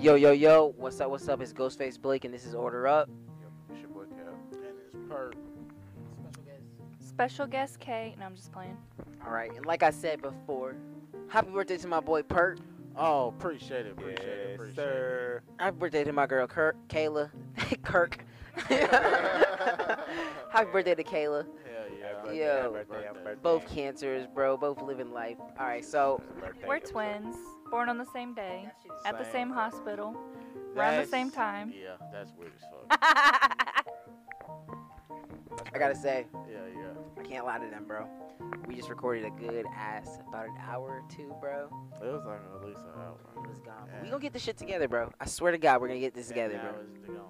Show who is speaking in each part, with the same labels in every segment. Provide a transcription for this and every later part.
Speaker 1: Yo, yo, yo, what's up, what's up? It's Ghostface Blake, and this is Order Up.
Speaker 2: Yep, it's your boy Cap. And it's Perp.
Speaker 3: Special guest K. No, I'm just playing.
Speaker 1: All right, and like I said before, happy birthday to my boy Pert.
Speaker 2: Oh, appreciate it, appreciate it, appreciate
Speaker 4: sir.
Speaker 1: Happy birthday to my girl Kirk, Kayla, Kirk. happy birthday to Kayla.
Speaker 2: it. Hell yeah.
Speaker 1: Happy Yo.
Speaker 4: birthday, happy birthday.
Speaker 1: Both cancers, bro. Both living life. All right, so
Speaker 4: Birthday
Speaker 3: We're
Speaker 4: episode.
Speaker 3: twins, born on the same day, at the same hospital. We're on the
Speaker 2: That's-
Speaker 3: same time.
Speaker 2: Yeah, that's weird as fuck.
Speaker 3: That's
Speaker 1: I gotta say,
Speaker 2: yeah, yeah.
Speaker 1: I can't lie to them, bro. We just recorded a good ass about an hour or two, bro.
Speaker 2: It was like at least an hour.
Speaker 1: It was gone. But We
Speaker 2: Yeah.
Speaker 1: gonna get this shit together, bro. I swear to God, we're gonna get this together,
Speaker 2: And now
Speaker 1: bro.
Speaker 2: it's the going.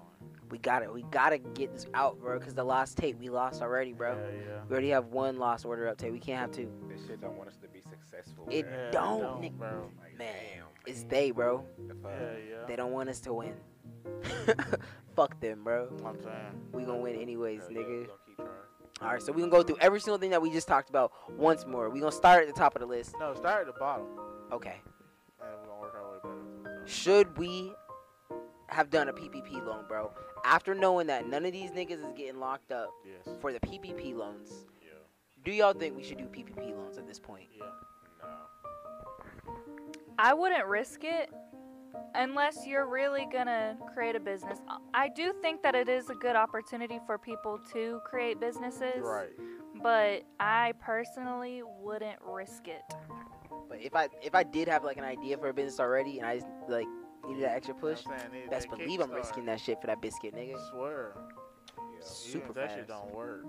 Speaker 1: We got it. We gotta get this out, bro. Cause the lost tape we lost already, bro.
Speaker 2: Hell yeah.
Speaker 1: We already have one lost order up tape. We can't have two.
Speaker 4: This shit don't want us to be successful.
Speaker 1: It
Speaker 4: man.
Speaker 2: Hell,
Speaker 1: don't,
Speaker 2: don't,
Speaker 1: nigga.
Speaker 2: bro.
Speaker 4: Like,
Speaker 1: Man,
Speaker 4: damn,
Speaker 1: it's they, bro.
Speaker 4: the fuck.
Speaker 2: Hell yeah.
Speaker 1: They don't want us to win. Fuck them, bro.
Speaker 2: I'm saying.
Speaker 1: We gonna win anyways,
Speaker 4: Hell yeah, we
Speaker 1: nigga.
Speaker 4: gonna keep trying.
Speaker 1: All right, so we gonna go through every single thing that we just talked about once more. We gonna start at the top of the list.
Speaker 2: No, start at the bottom, and
Speaker 1: Okay.
Speaker 2: we're gonna work our way back.
Speaker 1: Should we have done a PPP loan, bro? After knowing that none of these niggas is getting locked up
Speaker 2: Yes.
Speaker 1: for the PPP loans,
Speaker 2: Yeah.
Speaker 1: do y'all think we should do PPP loans at this point?
Speaker 2: Yeah.
Speaker 4: No.
Speaker 3: I wouldn't risk it unless you're really gonna create a business. I- I do think that it is a good opportunity for people to create businesses,
Speaker 2: Right.
Speaker 3: but I personally wouldn't risk it.
Speaker 1: But if I if I did have like an idea for a business already and I just like needed that extra push,
Speaker 2: You know what I'm saying? It-
Speaker 1: best
Speaker 2: that
Speaker 1: believe I'm
Speaker 2: Kickstarter,
Speaker 1: risking that shit for that biscuit, nigga.
Speaker 2: Swear.
Speaker 4: Yeah.
Speaker 1: Super
Speaker 2: Even if that shit
Speaker 1: fast.
Speaker 2: don't work.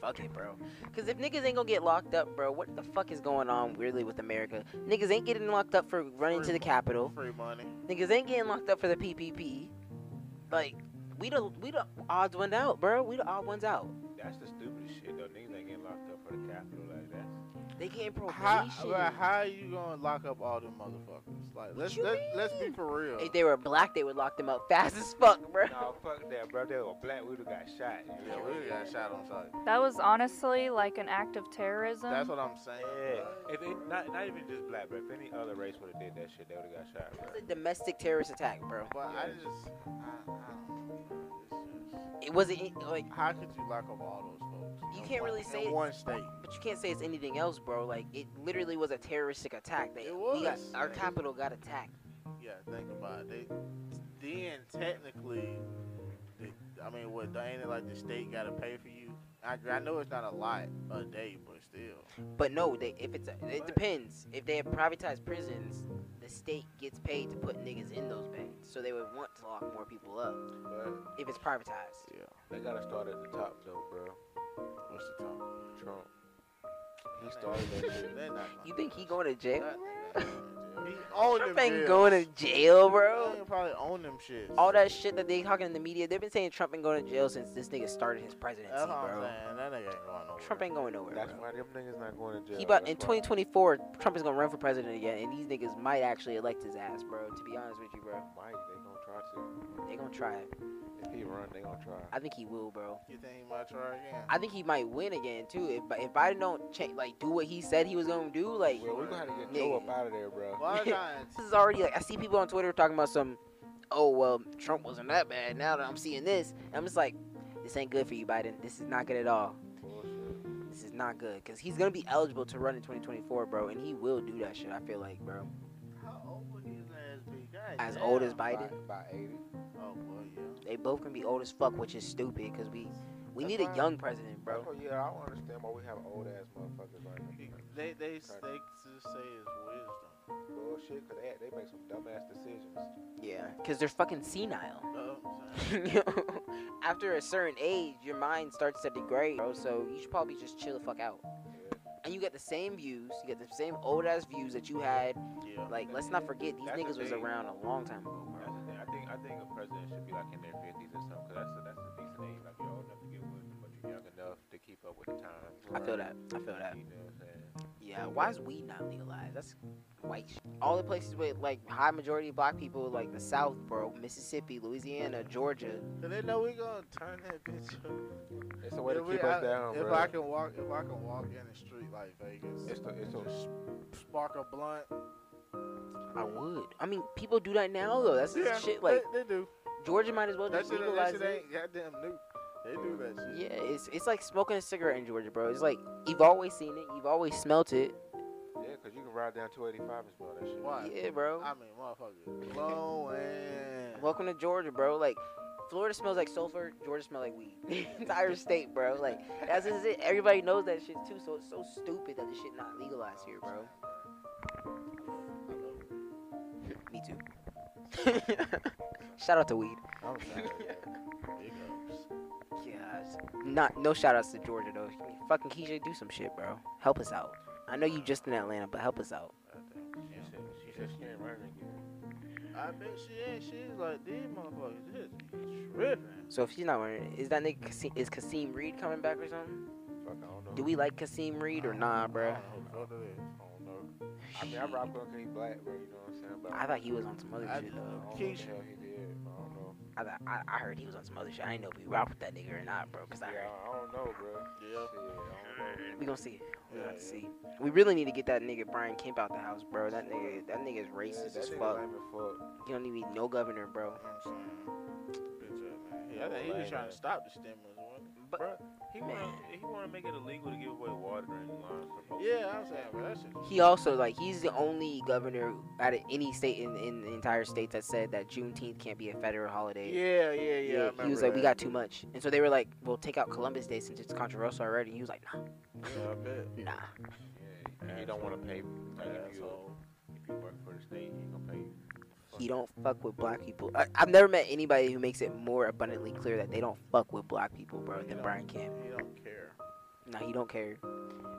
Speaker 1: Fuck it, bro. Cause if niggas ain't gonna get locked up, bro, what the fuck is going on weirdly with America? Niggas ain't getting locked up for running to the Capitol.
Speaker 2: Free money.
Speaker 1: Niggas ain't getting locked up for the PPP. Like, we the we the odds one out, bro. We the odd ones out.
Speaker 4: That's the stupidest shit though. Niggas ain't getting locked up for the capital like that.
Speaker 1: They getting
Speaker 2: How,
Speaker 1: probation.
Speaker 2: like, how you gonna lock up all them motherfuckers? Like, let's
Speaker 1: you
Speaker 2: let, let's be
Speaker 1: mean?
Speaker 2: for real.
Speaker 1: if they were black, they would lock them up fast as fuck, bro.
Speaker 4: No, fuck that, bro. They were black. We would have got shot. you
Speaker 2: yeah,
Speaker 4: know?
Speaker 2: we got shot on sight.
Speaker 3: That was honestly like an act of terrorism.
Speaker 2: That's what I'm saying.
Speaker 4: Yeah. If it, not not even just black, but if any other race would have did that shit, they would have got shot,
Speaker 1: It
Speaker 4: bro.
Speaker 1: was a domestic terrorist attack, bro.
Speaker 2: But I
Speaker 4: Yeah.
Speaker 2: just, I, I don't know. It's just-
Speaker 1: It wasn't like,
Speaker 2: How could you lock up all those folks?
Speaker 1: You
Speaker 2: in
Speaker 1: can't
Speaker 2: one-
Speaker 1: really say
Speaker 2: in
Speaker 1: it-
Speaker 2: one state.
Speaker 1: but you can't say it's anything else, bro. Like, it literally was a terroristic attack. They,
Speaker 2: It
Speaker 1: We got,
Speaker 2: was.
Speaker 1: our capital got attacked.
Speaker 2: Yeah, think about it. They, then technically, the, I mean, what? Ain't it like the state got to pay for you? I, I know it's not a lot a day, but still.
Speaker 1: But no, they, if it's a, it
Speaker 2: What?
Speaker 1: depends. If they have privatized prisons, the state gets paid to put niggas in those beds, so they would want to lock more people up
Speaker 4: But
Speaker 1: if it's privatized.
Speaker 2: Yeah.
Speaker 4: they gotta start at the top though, bro.
Speaker 2: What's the time?
Speaker 4: Trump. He started that shit.
Speaker 2: They're not gonna
Speaker 1: You
Speaker 2: do
Speaker 1: think
Speaker 2: that
Speaker 1: he
Speaker 2: shit.
Speaker 1: going to jail?
Speaker 2: That nigga ain't going to jail. He own
Speaker 1: Trump
Speaker 2: them
Speaker 1: ain't
Speaker 2: bills.
Speaker 1: going to jail,
Speaker 2: He
Speaker 1: bro.
Speaker 2: ain't probably own them shits.
Speaker 1: All that shit that they talking in the media, they've been saying Trump ain't going to jail since this nigga started his presidency,
Speaker 2: That's what I'm
Speaker 1: bro.
Speaker 2: saying. That nigga ain't going nowhere.
Speaker 1: Trump ain't going nowhere.
Speaker 4: That's
Speaker 1: bro.
Speaker 4: why them niggas not going to jail.
Speaker 1: He about
Speaker 4: That's
Speaker 1: in
Speaker 4: why.
Speaker 1: 2024, Trump is gonna run for president again, and these niggas might actually elect his ass, bro. To be honest with you, bro,
Speaker 4: Mike, they gonna try to.
Speaker 1: they gonna try it.
Speaker 4: If he run, they gonna try.
Speaker 1: I think he will, bro.
Speaker 2: You think he might try again?
Speaker 1: I think he might win again too. If if Biden don't change, like do what he said he was gonna do, like
Speaker 4: Well, we gonna have to get Joe
Speaker 1: Nigga.
Speaker 4: up out of there, bro.
Speaker 2: Why not?
Speaker 1: this is already like I see people on Twitter talking about some, oh well, Trump wasn't that bad. Now that I'm seeing this, I'm just like, this ain't good for you, Biden. This is not good at all.
Speaker 4: Bullshit.
Speaker 1: This is not good because he's gonna be eligible to run in 2024, bro, and he will do that shit. I feel like, bro,
Speaker 2: How old would his ass be? God
Speaker 1: as
Speaker 2: damn.
Speaker 1: old as
Speaker 4: By,
Speaker 1: Biden.
Speaker 4: by 80.
Speaker 2: Oh boy, yeah.
Speaker 1: They both can be old as fuck, which is stupid because we we
Speaker 4: That's
Speaker 1: need a
Speaker 4: fine.
Speaker 1: young president, bro.
Speaker 4: Bro, yeah, I don't understand why we have old ass motherfuckers like him.
Speaker 2: They they they just say it's wisdom.
Speaker 4: Bullshit, cause they, they make some dumbass decisions.
Speaker 1: Yeah, because they're fucking senile.
Speaker 2: Know what I'm saying?
Speaker 1: After a certain age, your mind starts to degrade, bro. So you should probably just chill the fuck out.
Speaker 4: Yeah.
Speaker 1: And you get the same views, you get the same old ass views that you had.
Speaker 2: Yeah.
Speaker 1: Like, let's not forget these
Speaker 4: That's the
Speaker 1: niggas was
Speaker 4: thing.
Speaker 1: around a long time ago,
Speaker 4: That's
Speaker 1: bro.
Speaker 4: the thing. I think I think a president should be like in their fifties or something, cause that's a, that's a decent age. Like you're old enough to get with them, but you're young enough to keep up with the times.
Speaker 1: I feel that. I feel that.
Speaker 4: You know what I'm saying?
Speaker 1: Yeah. Why is weed not legalized? That's white. Sh- All the places with like high majority of black people, like the South, bro, Mississippi, Louisiana, Georgia.
Speaker 2: Do they know we gonna turn that bitch up?
Speaker 4: It's a way to
Speaker 2: If we-
Speaker 4: keep us
Speaker 2: I-
Speaker 4: down,
Speaker 2: If
Speaker 4: bro.
Speaker 2: I can walk, if I can walk in the street like Vegas,
Speaker 4: It's the- it's
Speaker 2: and
Speaker 4: the-
Speaker 2: just spark a blunt,
Speaker 1: I would. I mean, people do that now though. That's
Speaker 2: Yeah,
Speaker 1: shit. Like
Speaker 2: they, they do.
Speaker 1: Georgia might as well
Speaker 2: That
Speaker 1: just
Speaker 2: shit, that
Speaker 1: legalize
Speaker 2: shit
Speaker 1: it.
Speaker 2: ain't goddamn new. They do that shit.
Speaker 1: Yeah, it's it's like smoking a cigarette in Georgia, bro. It's like you've always seen it, you've always smelt it.
Speaker 4: Yeah, cause you can ride down 285 and smell that shit.
Speaker 2: Why?
Speaker 1: Yeah, bro.
Speaker 2: I mean, motherfucker, blowing.
Speaker 1: Welcome to Georgia, bro. Like Florida smells like sulfur, Georgia smells like weed. Entire state, bro. Like that's just it. Everybody knows that shit too, so it's so stupid that the shit not legalized here, bro. Me too. shout out to weed.
Speaker 2: I'm sorry. Big ups.
Speaker 1: Gosh. Not no shout outs to Georgia though. Fucking Keisha, do some shit, bro. Help us out. I know you just in Atlanta, but help us out.
Speaker 4: She said she said she ain't running again.
Speaker 2: I bet she ain't. She's like these motherfuckers just be tripping.
Speaker 1: So if she's not wearing it, is that nigga Kasim, is Kasim Reed coming back or something?
Speaker 4: Fuck, I don't know.
Speaker 1: Do we like Kasim Reed or nah, bro?
Speaker 2: I don't know what that is.
Speaker 4: I don't know. I mean, I rock with him 'cause he black, bro. You know what I'm saying? But
Speaker 1: I thought he was on some other
Speaker 2: I
Speaker 1: shit
Speaker 2: just-
Speaker 1: though.
Speaker 4: I don't know what the
Speaker 2: Keisha.
Speaker 4: hell he did. I don't know.
Speaker 1: I thought I, I heard he was on some other shit. I didn't know if we rocked with that nigga or not, bro. Cause I
Speaker 4: Yeah,
Speaker 1: heard
Speaker 4: I don't know, bro.
Speaker 2: Yeah.
Speaker 4: Shit, I don't know.
Speaker 1: we gonna see. We
Speaker 2: Yeah,
Speaker 1: gonna
Speaker 2: yeah.
Speaker 1: see. We really need to get that nigga Brian Kemp out the house, bro. That nigga, that nigga is
Speaker 4: Yeah,
Speaker 1: racist
Speaker 4: that
Speaker 1: as
Speaker 4: nigga
Speaker 1: fuck.
Speaker 4: lame as fuck.
Speaker 1: He don't need no governor, bro.
Speaker 2: I'm saying. Bitch ass man. Yeah, I think he
Speaker 4: Lame
Speaker 2: was trying
Speaker 4: ass.
Speaker 2: to stop the stimulus. wasn't
Speaker 1: But
Speaker 4: Bruh, he
Speaker 1: Man.
Speaker 4: want he want to make it illegal to give away water during the line.
Speaker 2: he? Yeah, I was saying, but that shit.
Speaker 1: he also like he's the only governor out of any state in, in the entire state that said that Juneteenth can't be a federal holiday.
Speaker 2: Yeah, yeah, yeah. I remember
Speaker 1: he was like,
Speaker 2: that.
Speaker 1: we got too much, and so they were like, we'll take out Columbus Day since it's controversial already. He was like,
Speaker 2: Yeah, I bet.
Speaker 1: nah, nah.
Speaker 4: Yeah, and he don't want to pay. Like if you
Speaker 2: Asshole.
Speaker 4: if you work for the state, he gonna pay. you.
Speaker 1: He don't fuck with black people. I, I've never met anybody who makes it more abundantly clear that they don't fuck with black people, bro,
Speaker 2: You
Speaker 1: than
Speaker 2: know,
Speaker 1: Brian Kemp.
Speaker 2: He don't care.
Speaker 1: Nah, he don't care.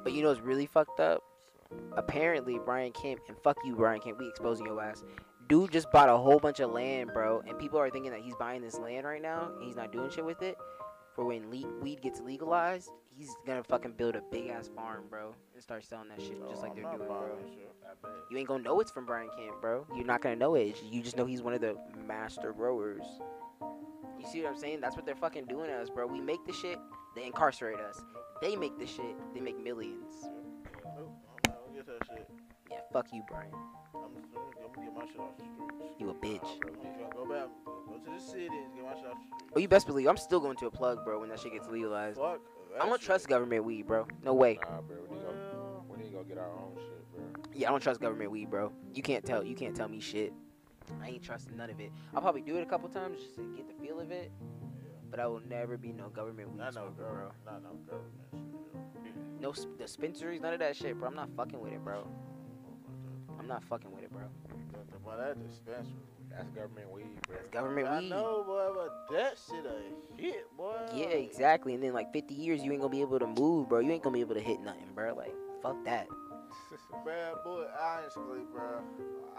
Speaker 1: But you know what's really fucked up? Apparently, Brian Kemp and fuck you, Brian Kemp. We exposing your ass. Dude just bought a whole bunch of land, bro, and people are thinking that he's buying this land right now and he's not doing shit with it. For when le- weed gets legalized, he's gonna fucking build a big ass farm, bro, and start selling that shit just
Speaker 2: Oh,
Speaker 1: like
Speaker 2: I'm
Speaker 1: they're
Speaker 2: not
Speaker 1: doing,
Speaker 2: buying
Speaker 1: bro.
Speaker 2: that shit. I bet.
Speaker 1: You ain't gonna know it's from Brian Kemp, bro. You're not gonna know it. It's- You just know he's one of the master growers. You see what I'm saying? That's what they're fucking doing to us, bro. We make the shit, they incarcerate us. They make the shit, they make millions.
Speaker 2: Yeah, nope, I'm not gonna get that shit.
Speaker 1: Yeah, fuck you, Brian.
Speaker 2: I'm just gonna, I'm gonna get my shit off the streets.
Speaker 1: You a bitch.
Speaker 2: Nah, bro, I'm trying to go back, go to the city and get my shit off the streets.
Speaker 1: Oh, you best believe I'm still going to a plug, bro, when that shit gets legalized.
Speaker 2: Fuck.
Speaker 1: I don't trust government weed, bro. No way.
Speaker 4: Nah, bro. We need to we need to go get our own shit, bro.
Speaker 1: Yeah, I don't trust government weed, bro. You can't tell. You can't tell me shit. I ain't trusting none of it. I'll probably do it a couple times just to get the feel of it, but I will never be no government weed
Speaker 2: Not no
Speaker 1: smoker, bro.
Speaker 2: girl. Not no government shit. yo.
Speaker 1: No s- dispensaries, none of that shit, bro. I'm not fucking with it, bro.
Speaker 2: But
Speaker 1: I'm not fucking with it, bro.
Speaker 2: that dispensary.
Speaker 4: That's government weed, bro.
Speaker 1: That's government
Speaker 2: I
Speaker 1: weed.
Speaker 2: know, boy, but that shit a hit, boy.
Speaker 1: Yeah,
Speaker 2: Like,
Speaker 1: exactly. And then like 50 years, you ain't gonna be able to move, bro. You ain't gonna be able to hit nothing, bro. Like, fuck that.
Speaker 2: Bruh, boy, honestly, bruh,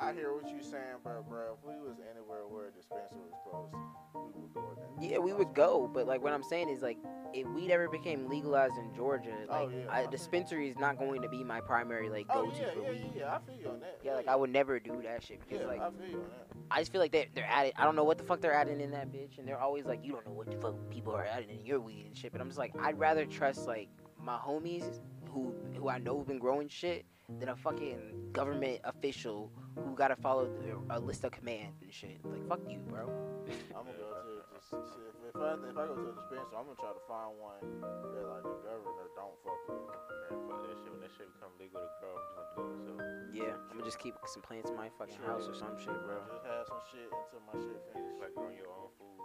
Speaker 2: I hear what you saying, but bruh, if we was anywhere where a dispensary was closed, we would go in there.
Speaker 1: Yeah, we would go, but like what I'm saying is like if weed ever became legalized in Georgia,
Speaker 2: Oh,
Speaker 1: like
Speaker 2: yeah, I
Speaker 1: I-
Speaker 2: feel-
Speaker 1: dispensary is not going to be my primary like
Speaker 2: Oh,
Speaker 1: go to
Speaker 2: yeah,
Speaker 1: for
Speaker 2: yeah,
Speaker 1: weed.
Speaker 2: yeah, yeah, I feel you on that.
Speaker 1: Yeah, like I would never do that shit because
Speaker 2: Yeah,
Speaker 1: like
Speaker 2: I feel you on that.
Speaker 1: I just feel like they they're adding. I don't know what the fuck they're adding in that bitch, and they're always like, you don't know what the fuck people are adding in your weed and shit. But I'm just like, I'd rather trust like my homies who who I know have been growing shit than a fucking government official who gotta follow th- a list of commands and shit. Like fuck you, bro.
Speaker 2: I'm gonna go to the dis- shit, if I if I go to a dispensary, I'm gonna try to find one that like the governor don't fuck with.
Speaker 4: Man, fuck that shit. When that shit become legal to grow, I'm just gonna do it. So
Speaker 1: Yeah, I'm gonna just keep some plants in my fucking
Speaker 2: Sure.
Speaker 1: house or some shit, bro.
Speaker 2: Just have some shit until my shit
Speaker 4: you just
Speaker 2: finishes.
Speaker 4: like mm-hmm. growing your own food.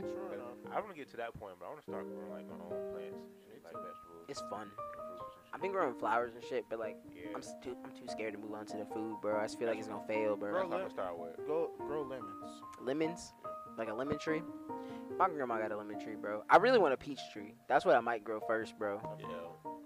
Speaker 1: Mhm.
Speaker 2: True
Speaker 4: Like,
Speaker 2: enough.
Speaker 4: I want to get to that point, but I want to start growing like my own plants, and shit, like vegetables.
Speaker 1: It's fun.
Speaker 4: and fruits and shit.
Speaker 1: I've been growing flowers and shit, but like
Speaker 4: Yeah.
Speaker 1: I'm s- too I'm too scared to move on to the food, bro. I just feel like it's gonna fail, bro.
Speaker 4: That's what I'm gonna start with.
Speaker 2: Go grow lemons.
Speaker 1: lemons, like a lemon tree. My grandma got a lemon tree, bro. I really want a peach tree. That's what I might grow first, bro.
Speaker 4: Yeah.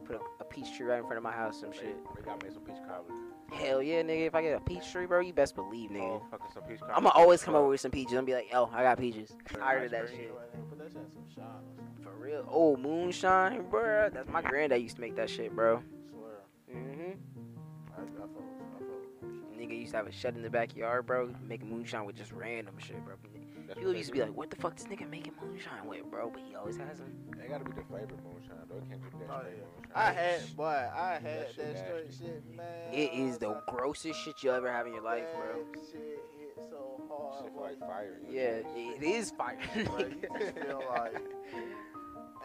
Speaker 1: Put a, a peach tree right in front of my house, some shit.
Speaker 4: We gotta make some peach cobbler.
Speaker 1: Hell yeah, nigga. If I get a peach tree, bro, you best believe, nigga.
Speaker 4: Oh, fucking some peach cobbler.
Speaker 1: I'ma always come over with some peaches and be like, yo, I got peaches. Tired of that
Speaker 4: Ice
Speaker 1: shit.
Speaker 4: cream.
Speaker 2: Put that shit in some shine or something.
Speaker 1: For real. Oh, moonshine, bro. That's my granddad used to make that shit, bro.
Speaker 2: Swear.
Speaker 1: Mm-hmm.
Speaker 2: I, I fuck with- I fuck with
Speaker 1: Nigga used to have a shed in the backyard, bro. Making moonshine with just random shit, bro.
Speaker 4: That's
Speaker 1: People used to be like, "What the fuck, this nigga making moonshine with, bro?" But he always has them.
Speaker 4: They gotta be the favorite moonshine, though. It can't be that
Speaker 2: Oh,
Speaker 4: straight
Speaker 2: yeah.
Speaker 4: moonshine.
Speaker 2: I had, boy, I had
Speaker 4: That
Speaker 2: that,
Speaker 4: shit
Speaker 2: straight
Speaker 4: nasty.
Speaker 2: shit, man.
Speaker 1: It is the grossest shit you'll ever have in your life, bro.
Speaker 2: That Shit hit so hard.
Speaker 4: Shit feel
Speaker 2: boy,
Speaker 4: like fire. in your
Speaker 1: Yeah,
Speaker 4: chest.
Speaker 1: it is fire.
Speaker 2: Bro, you just feel like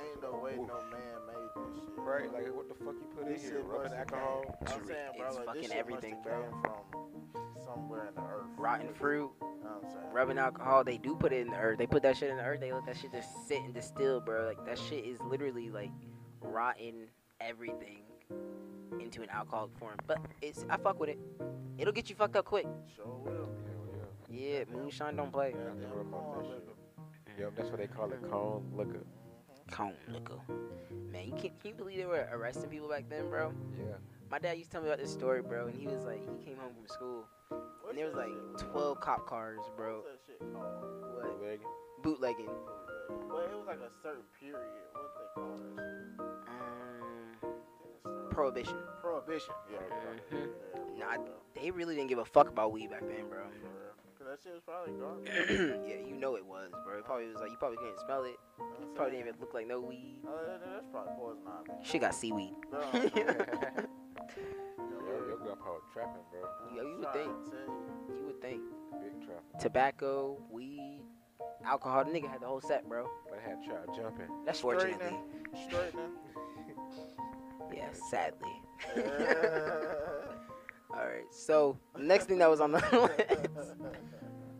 Speaker 2: ain't no way no man made this shit.
Speaker 4: Right, like what the fuck you put in
Speaker 2: this
Speaker 4: here?
Speaker 2: shit
Speaker 4: Rubbing
Speaker 2: must
Speaker 4: alcohol.
Speaker 2: I'm saying, bro,
Speaker 1: It's
Speaker 2: like,
Speaker 1: fucking
Speaker 2: this shit
Speaker 1: everything,
Speaker 2: must've
Speaker 1: bro.
Speaker 2: came from somewhere in the earth.
Speaker 1: Rotten fruit,
Speaker 2: You know what I'm saying?
Speaker 1: rubbing alcohol. They do put it in the earth. They put that shit in the earth. They let that shit just sit and distill, bro. Like that shit is literally like rotten everything into an alcoholic form. But it's I fuck with it. It'll get you fucked up quick.
Speaker 2: Sure will.
Speaker 4: Hell yeah.
Speaker 1: Yeah, moonshine don't play.
Speaker 2: Yeah,
Speaker 4: they
Speaker 2: damn
Speaker 4: rub off
Speaker 2: corn
Speaker 4: that
Speaker 2: liquor.
Speaker 4: Yo, that's what they call
Speaker 1: Mm-hmm.
Speaker 4: it, cone liquor.
Speaker 1: Cone liquor. Man, you can can you believe they were arresting people back then, bro?
Speaker 4: Yeah.
Speaker 1: My dad used to tell me about this story, bro, and he was like, he came home from school
Speaker 2: What's
Speaker 1: and there was
Speaker 2: that
Speaker 1: like
Speaker 2: shit?
Speaker 1: 12 cop cars, bro.
Speaker 2: What's that shit called?
Speaker 1: What?
Speaker 4: Bootlegging.
Speaker 1: Bootlegging.
Speaker 2: Well, it was like a certain period. What they call that shit?
Speaker 1: Um,
Speaker 2: Pro-
Speaker 1: prohibition.
Speaker 2: Prohibition. Yeah.
Speaker 4: Mm-hmm.
Speaker 1: Mhm.
Speaker 2: yeah
Speaker 1: Nah,
Speaker 2: bro.
Speaker 1: They really didn't give a fuck about weed back then, bro.
Speaker 2: For real. 'Cause that shit was probably garbage. You
Speaker 1: yeah, you know it was, bro. It probably was like, you probably couldn't smell it.
Speaker 2: know what I'm
Speaker 1: Probably
Speaker 2: saying?
Speaker 1: didn't even look like no weed.
Speaker 2: Uh, that- that's probably poison ivy.
Speaker 1: She got seaweed.
Speaker 2: Bro,
Speaker 4: Yo, your grandpa was trapping, bro.
Speaker 1: Yo, you would
Speaker 2: I'm
Speaker 1: think.
Speaker 2: trying to tell you.
Speaker 1: You would think.
Speaker 4: Big trapping.
Speaker 1: Tobacco, weed, alcohol. The nigga had the whole set, bro.
Speaker 4: But I had trap jumping.
Speaker 1: That's
Speaker 2: Straightening.
Speaker 1: fortunately.
Speaker 2: Straightening.
Speaker 1: Yeah, sadly.
Speaker 2: Yeah.
Speaker 1: All right. So the next thing that was on the list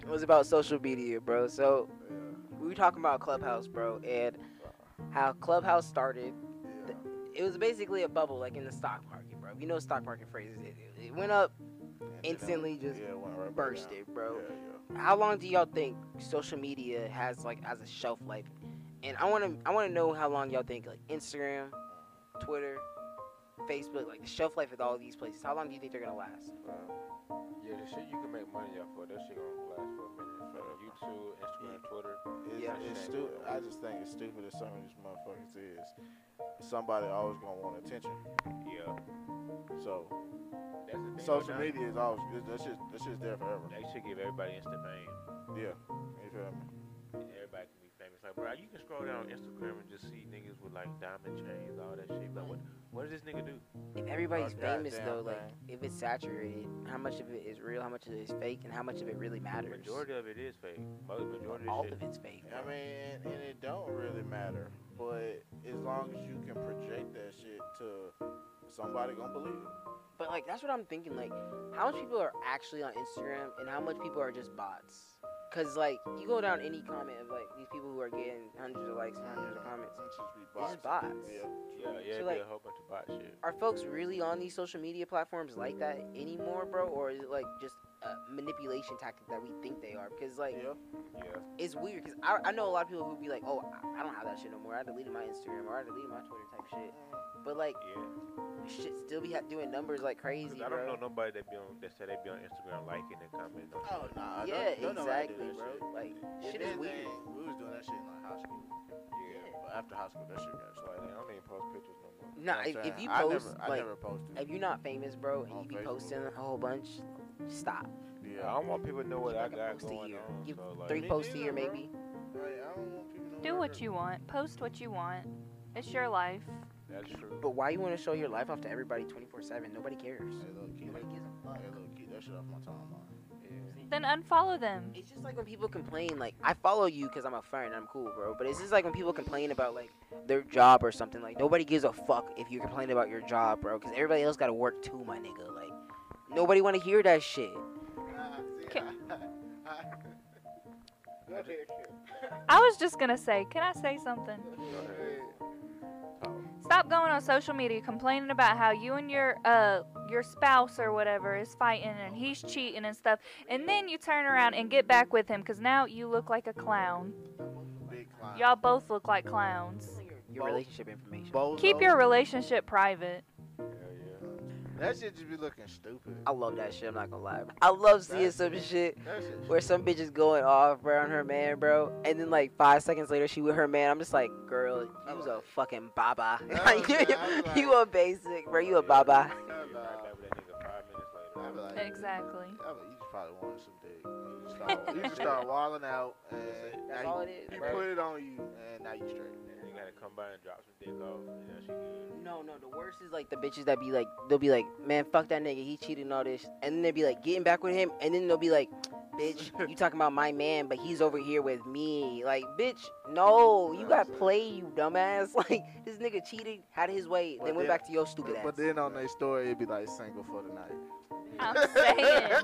Speaker 1: was about social media, bro. So we were talking about Clubhouse, bro, and how Clubhouse started.
Speaker 2: Yeah.
Speaker 1: It was basically a bubble, like in the stock market, bro. You know stock market phrases. It, it- it went up, instantly just
Speaker 2: yeah, it went right back down.
Speaker 1: bursted, bro.
Speaker 2: Yeah, yeah.
Speaker 1: How long do y'all think social media has like as a shelf life? And I wanna I wanna know how long y'all think like Instagram, Twitter, Facebook, like the shelf life of all these places. How long do you think they're gonna last?
Speaker 4: Um, yeah, the shit you can make money off of, that shit gonna last for a minute. For YouTube, Instagram, Twitter.
Speaker 2: It's,
Speaker 1: Yeah.
Speaker 2: it's stupid. I just think it's stupid as some of these motherfuckers is. Somebody always gonna want attention.
Speaker 4: Yeah.
Speaker 2: So
Speaker 4: That's the thing.
Speaker 2: social
Speaker 4: about that.
Speaker 2: media is always good. That's just that's just there forever.
Speaker 4: They should give everybody instant fame.
Speaker 2: Yeah. You feel me?
Speaker 4: Everybody can be famous. Like, bro, you can scroll down Instagram and just see niggas with like diamond chains, all that shit. Like, what, what does this nigga do?
Speaker 1: If everybody's
Speaker 2: Oh,
Speaker 1: famous
Speaker 2: goddamn
Speaker 1: though, like
Speaker 2: thing.
Speaker 1: if it's saturated, how much of it is real, how much of it is fake, and how much of it really matters?
Speaker 4: Majority of it is fake. Most majority
Speaker 1: All
Speaker 4: of shit.
Speaker 1: of it's fake.
Speaker 2: I mean, and, and it don't really matter. But as long as you can project that shit to somebody gonna believe it.
Speaker 1: But like that's what I'm thinking. Like, how much people are actually on Instagram, and how much people are just bots? Cause like you go down any comment of like these people who are getting hundreds of likes and hundreds of comments.
Speaker 2: Them shits be
Speaker 1: It's just
Speaker 2: bots.
Speaker 1: bots.
Speaker 2: Yeah.
Speaker 4: Yeah,
Speaker 1: So,
Speaker 4: yeah, it'd be
Speaker 1: like-
Speaker 4: a whole bunch of bot shit.
Speaker 1: Are folks really on these social media platforms like that anymore, bro? Or is it like just a manipulation tactic that we think they are? Because like
Speaker 2: Yeah.
Speaker 4: Yeah.
Speaker 1: it's weird. Cause I, I know a lot of people who be like, oh, I- I don't have that shit no more. I deleted my Instagram or I deleted my Twitter type shit. But like
Speaker 4: Yeah,
Speaker 1: shit still be ha- doing numbers like crazy,
Speaker 4: Cause I don't
Speaker 1: bro.
Speaker 4: know nobody that be on that said they be on Instagram liking and commenting. on
Speaker 2: Oh
Speaker 4: shit.
Speaker 2: nah.
Speaker 1: yeah,
Speaker 2: don't, don't nobody
Speaker 1: exactly,
Speaker 2: do that
Speaker 1: bro.
Speaker 2: shit.
Speaker 1: Like
Speaker 2: If
Speaker 1: shit is weird.
Speaker 2: anything, We was doing that shit in like high school.
Speaker 4: yeah.
Speaker 2: But after high school, that shit got
Speaker 4: Like, I don't even post pictures no more.
Speaker 1: Nah,
Speaker 2: I'm
Speaker 1: if,
Speaker 2: saying,
Speaker 1: if you
Speaker 2: I
Speaker 1: post
Speaker 2: never, I
Speaker 1: like
Speaker 2: never posted.
Speaker 1: if you're not famous, bro, and
Speaker 2: On
Speaker 1: you be
Speaker 2: Facebook.
Speaker 1: posting a whole bunch, stop.
Speaker 4: Yeah, I don't want people to know what
Speaker 1: Give
Speaker 4: I
Speaker 1: like a
Speaker 4: got
Speaker 1: post a
Speaker 4: going
Speaker 1: year.
Speaker 4: on.
Speaker 1: Give
Speaker 4: so, like,
Speaker 1: Three
Speaker 2: Me
Speaker 1: posts a
Speaker 2: neither,
Speaker 1: year,
Speaker 2: bro.
Speaker 1: maybe.
Speaker 2: I don't want people to
Speaker 3: Do what you want. Post what you want. It's your life.
Speaker 4: That's true.
Speaker 1: But why you want to show your life off to everybody 24/7? Nobody cares.
Speaker 2: Hey, look, keep
Speaker 1: Nobody
Speaker 2: that,
Speaker 1: gives a fuck.
Speaker 2: hey, look, keep that shit off my timeline.
Speaker 4: Yeah.
Speaker 3: Then unfollow them.
Speaker 1: It's just like when people complain, like I follow you because I'm a friend, I'm cool, bro. But it's just like when people complain about like their job or something. Like nobody gives a fuck if you're complaining about your job, bro, because everybody else got to work too, my nigga. Like nobody want to hear that shit.
Speaker 3: I was just gonna say, can I say something? Stop going on social media complaining about how you and your uh your spouse or whatever is fighting and he's cheating and stuff, and then you turn around and get back with him because now you look like a clown.
Speaker 2: Big clown.
Speaker 3: Y'all both look like clowns.
Speaker 1: Your relationship information.
Speaker 2: Bozo.
Speaker 3: Keep your relationship private.
Speaker 4: Hell yeah.
Speaker 2: That shit just be looking stupid.
Speaker 1: I love that shit. I'm not gonna lie. I love seeing
Speaker 2: That's-
Speaker 1: some shit
Speaker 2: That shit.
Speaker 1: where some bitch is going off, bro, on her man, bro, and then like five seconds later she with her man. I'm just like, girl, you was a fucking baba.
Speaker 2: I was
Speaker 1: you,
Speaker 2: like- I was like-
Speaker 1: you a basic, bro. You a baba.
Speaker 4: Yeah, right back with that nigga five minutes
Speaker 2: I be
Speaker 4: later.
Speaker 2: like,
Speaker 3: Exactly.
Speaker 2: I mean, you just probably wanted some dick. You just start, you just start wilding out, and
Speaker 1: That's
Speaker 2: now
Speaker 1: all
Speaker 2: you,
Speaker 1: it is,
Speaker 2: he
Speaker 1: bro.
Speaker 2: put it on you, and now you straight.
Speaker 4: And you gotta come by and drop some dick off. And now she good.
Speaker 1: No, no. The worst is like the bitches that be like, they'll be like, man, fuck that nigga, he cheated and all this, and then they'll be like getting back with him, and then they'll be like, bitch, you talking about my man, but he's over here with me. Like, bitch, no, you got played, you dumbass. Like, this nigga cheated, had his way,
Speaker 2: But
Speaker 1: then went
Speaker 2: then-
Speaker 1: back to your stupid ass.
Speaker 2: But then on their story, it'd be like single for the night.
Speaker 3: I'm saying.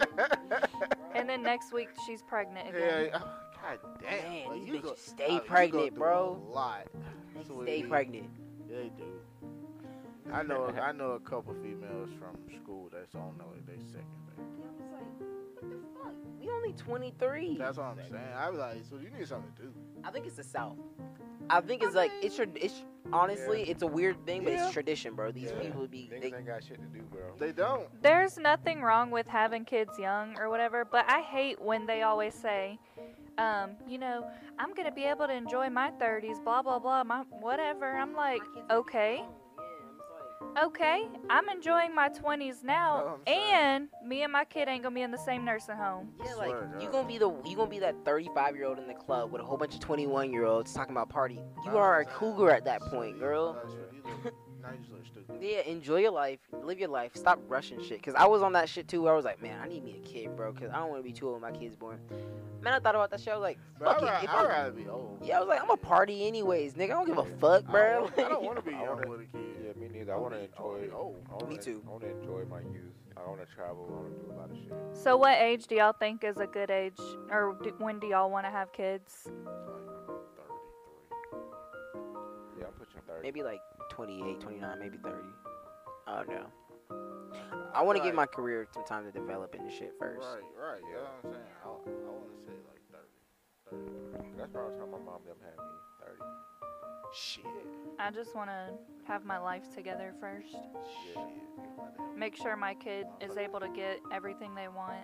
Speaker 3: And then next week she's pregnant again.
Speaker 2: Yeah, oh, god damn.
Speaker 1: Man,
Speaker 2: bro,
Speaker 1: these
Speaker 2: you
Speaker 1: bitches
Speaker 2: go-
Speaker 1: stay
Speaker 2: I mean, you go
Speaker 1: pregnant,
Speaker 2: through
Speaker 1: bro.
Speaker 2: A lot.
Speaker 1: They
Speaker 2: So it
Speaker 1: stay
Speaker 2: be-
Speaker 1: pregnant.
Speaker 2: They do. I know. I know a couple females from school that's on their they second baby.
Speaker 1: We only 23.
Speaker 2: That's what I'm saying. I was like, so you need something to do.
Speaker 1: I think it's the South. I think it's like it's your. It's honestly, it's a weird thing, but
Speaker 2: Yeah.
Speaker 1: it's tradition, bro. These
Speaker 4: Yeah.
Speaker 1: people be. They,
Speaker 4: Niggas ain't got shit to do, bro.
Speaker 2: They don't.
Speaker 3: There's nothing wrong with having kids young or whatever, but I hate when they always say, um, you know, I'm gonna be able to enjoy my 30s, blah blah blah, my whatever. I'm like, okay, okay, I'm enjoying my 20s
Speaker 2: Oh,
Speaker 3: now,
Speaker 2: I'm sorry.
Speaker 3: and me and my kid ain't gonna be in the same nursing home.
Speaker 1: Yeah,
Speaker 2: Swear
Speaker 1: like
Speaker 2: to
Speaker 1: you
Speaker 2: God.
Speaker 1: gonna be the you gonna be that thirty five year old in the club with a whole bunch of twenty one year olds talking about party. You
Speaker 2: Nah,
Speaker 1: are a
Speaker 2: nah.
Speaker 1: cougar at that
Speaker 2: So
Speaker 1: point,
Speaker 2: you-
Speaker 1: girl.
Speaker 2: nah, so you look- Now you just look stupid.
Speaker 1: Yeah, enjoy your life, live your life, stop rushing shit. Cause I was on that shit too. Where I was like, man, I need me a kid, bro. Cause I don't want to be too old when my kid's born. Man, I thought about that shit. I was like,
Speaker 2: Bro,
Speaker 1: fuck
Speaker 2: I'd,
Speaker 1: it.
Speaker 2: rather,
Speaker 1: If
Speaker 2: I'd
Speaker 1: I,
Speaker 2: rather be old.
Speaker 1: yeah, I was like, I'm a party anyways, nigga. I don't give a fuck,
Speaker 2: I
Speaker 1: bro.
Speaker 2: don't- I don't want to be
Speaker 4: I
Speaker 2: young
Speaker 4: wanna-
Speaker 2: with a kid.
Speaker 4: Yeah, me neither. I want to enjoy.
Speaker 2: Oh,
Speaker 4: I wanna,
Speaker 1: Me too.
Speaker 4: I want to enjoy my youth. I want to travel. I want to do a lot of shit.
Speaker 3: So, what age do y'all think is a good age, or do, when do y'all want to have kids?
Speaker 4: Yeah, I'm pushing 30.
Speaker 1: maybe like 28, 29, maybe 30. I don't know. I want to give my
Speaker 2: Right.
Speaker 1: career some time to develop and shit first.
Speaker 2: Right, right. You know what I'm saying? I, I want to say like 30. 30.
Speaker 4: That's probably the time my mom them had me. 30.
Speaker 2: Shit.
Speaker 3: I just want to have my life together first.
Speaker 2: Shit.
Speaker 3: Make sure my kid is able to get everything they want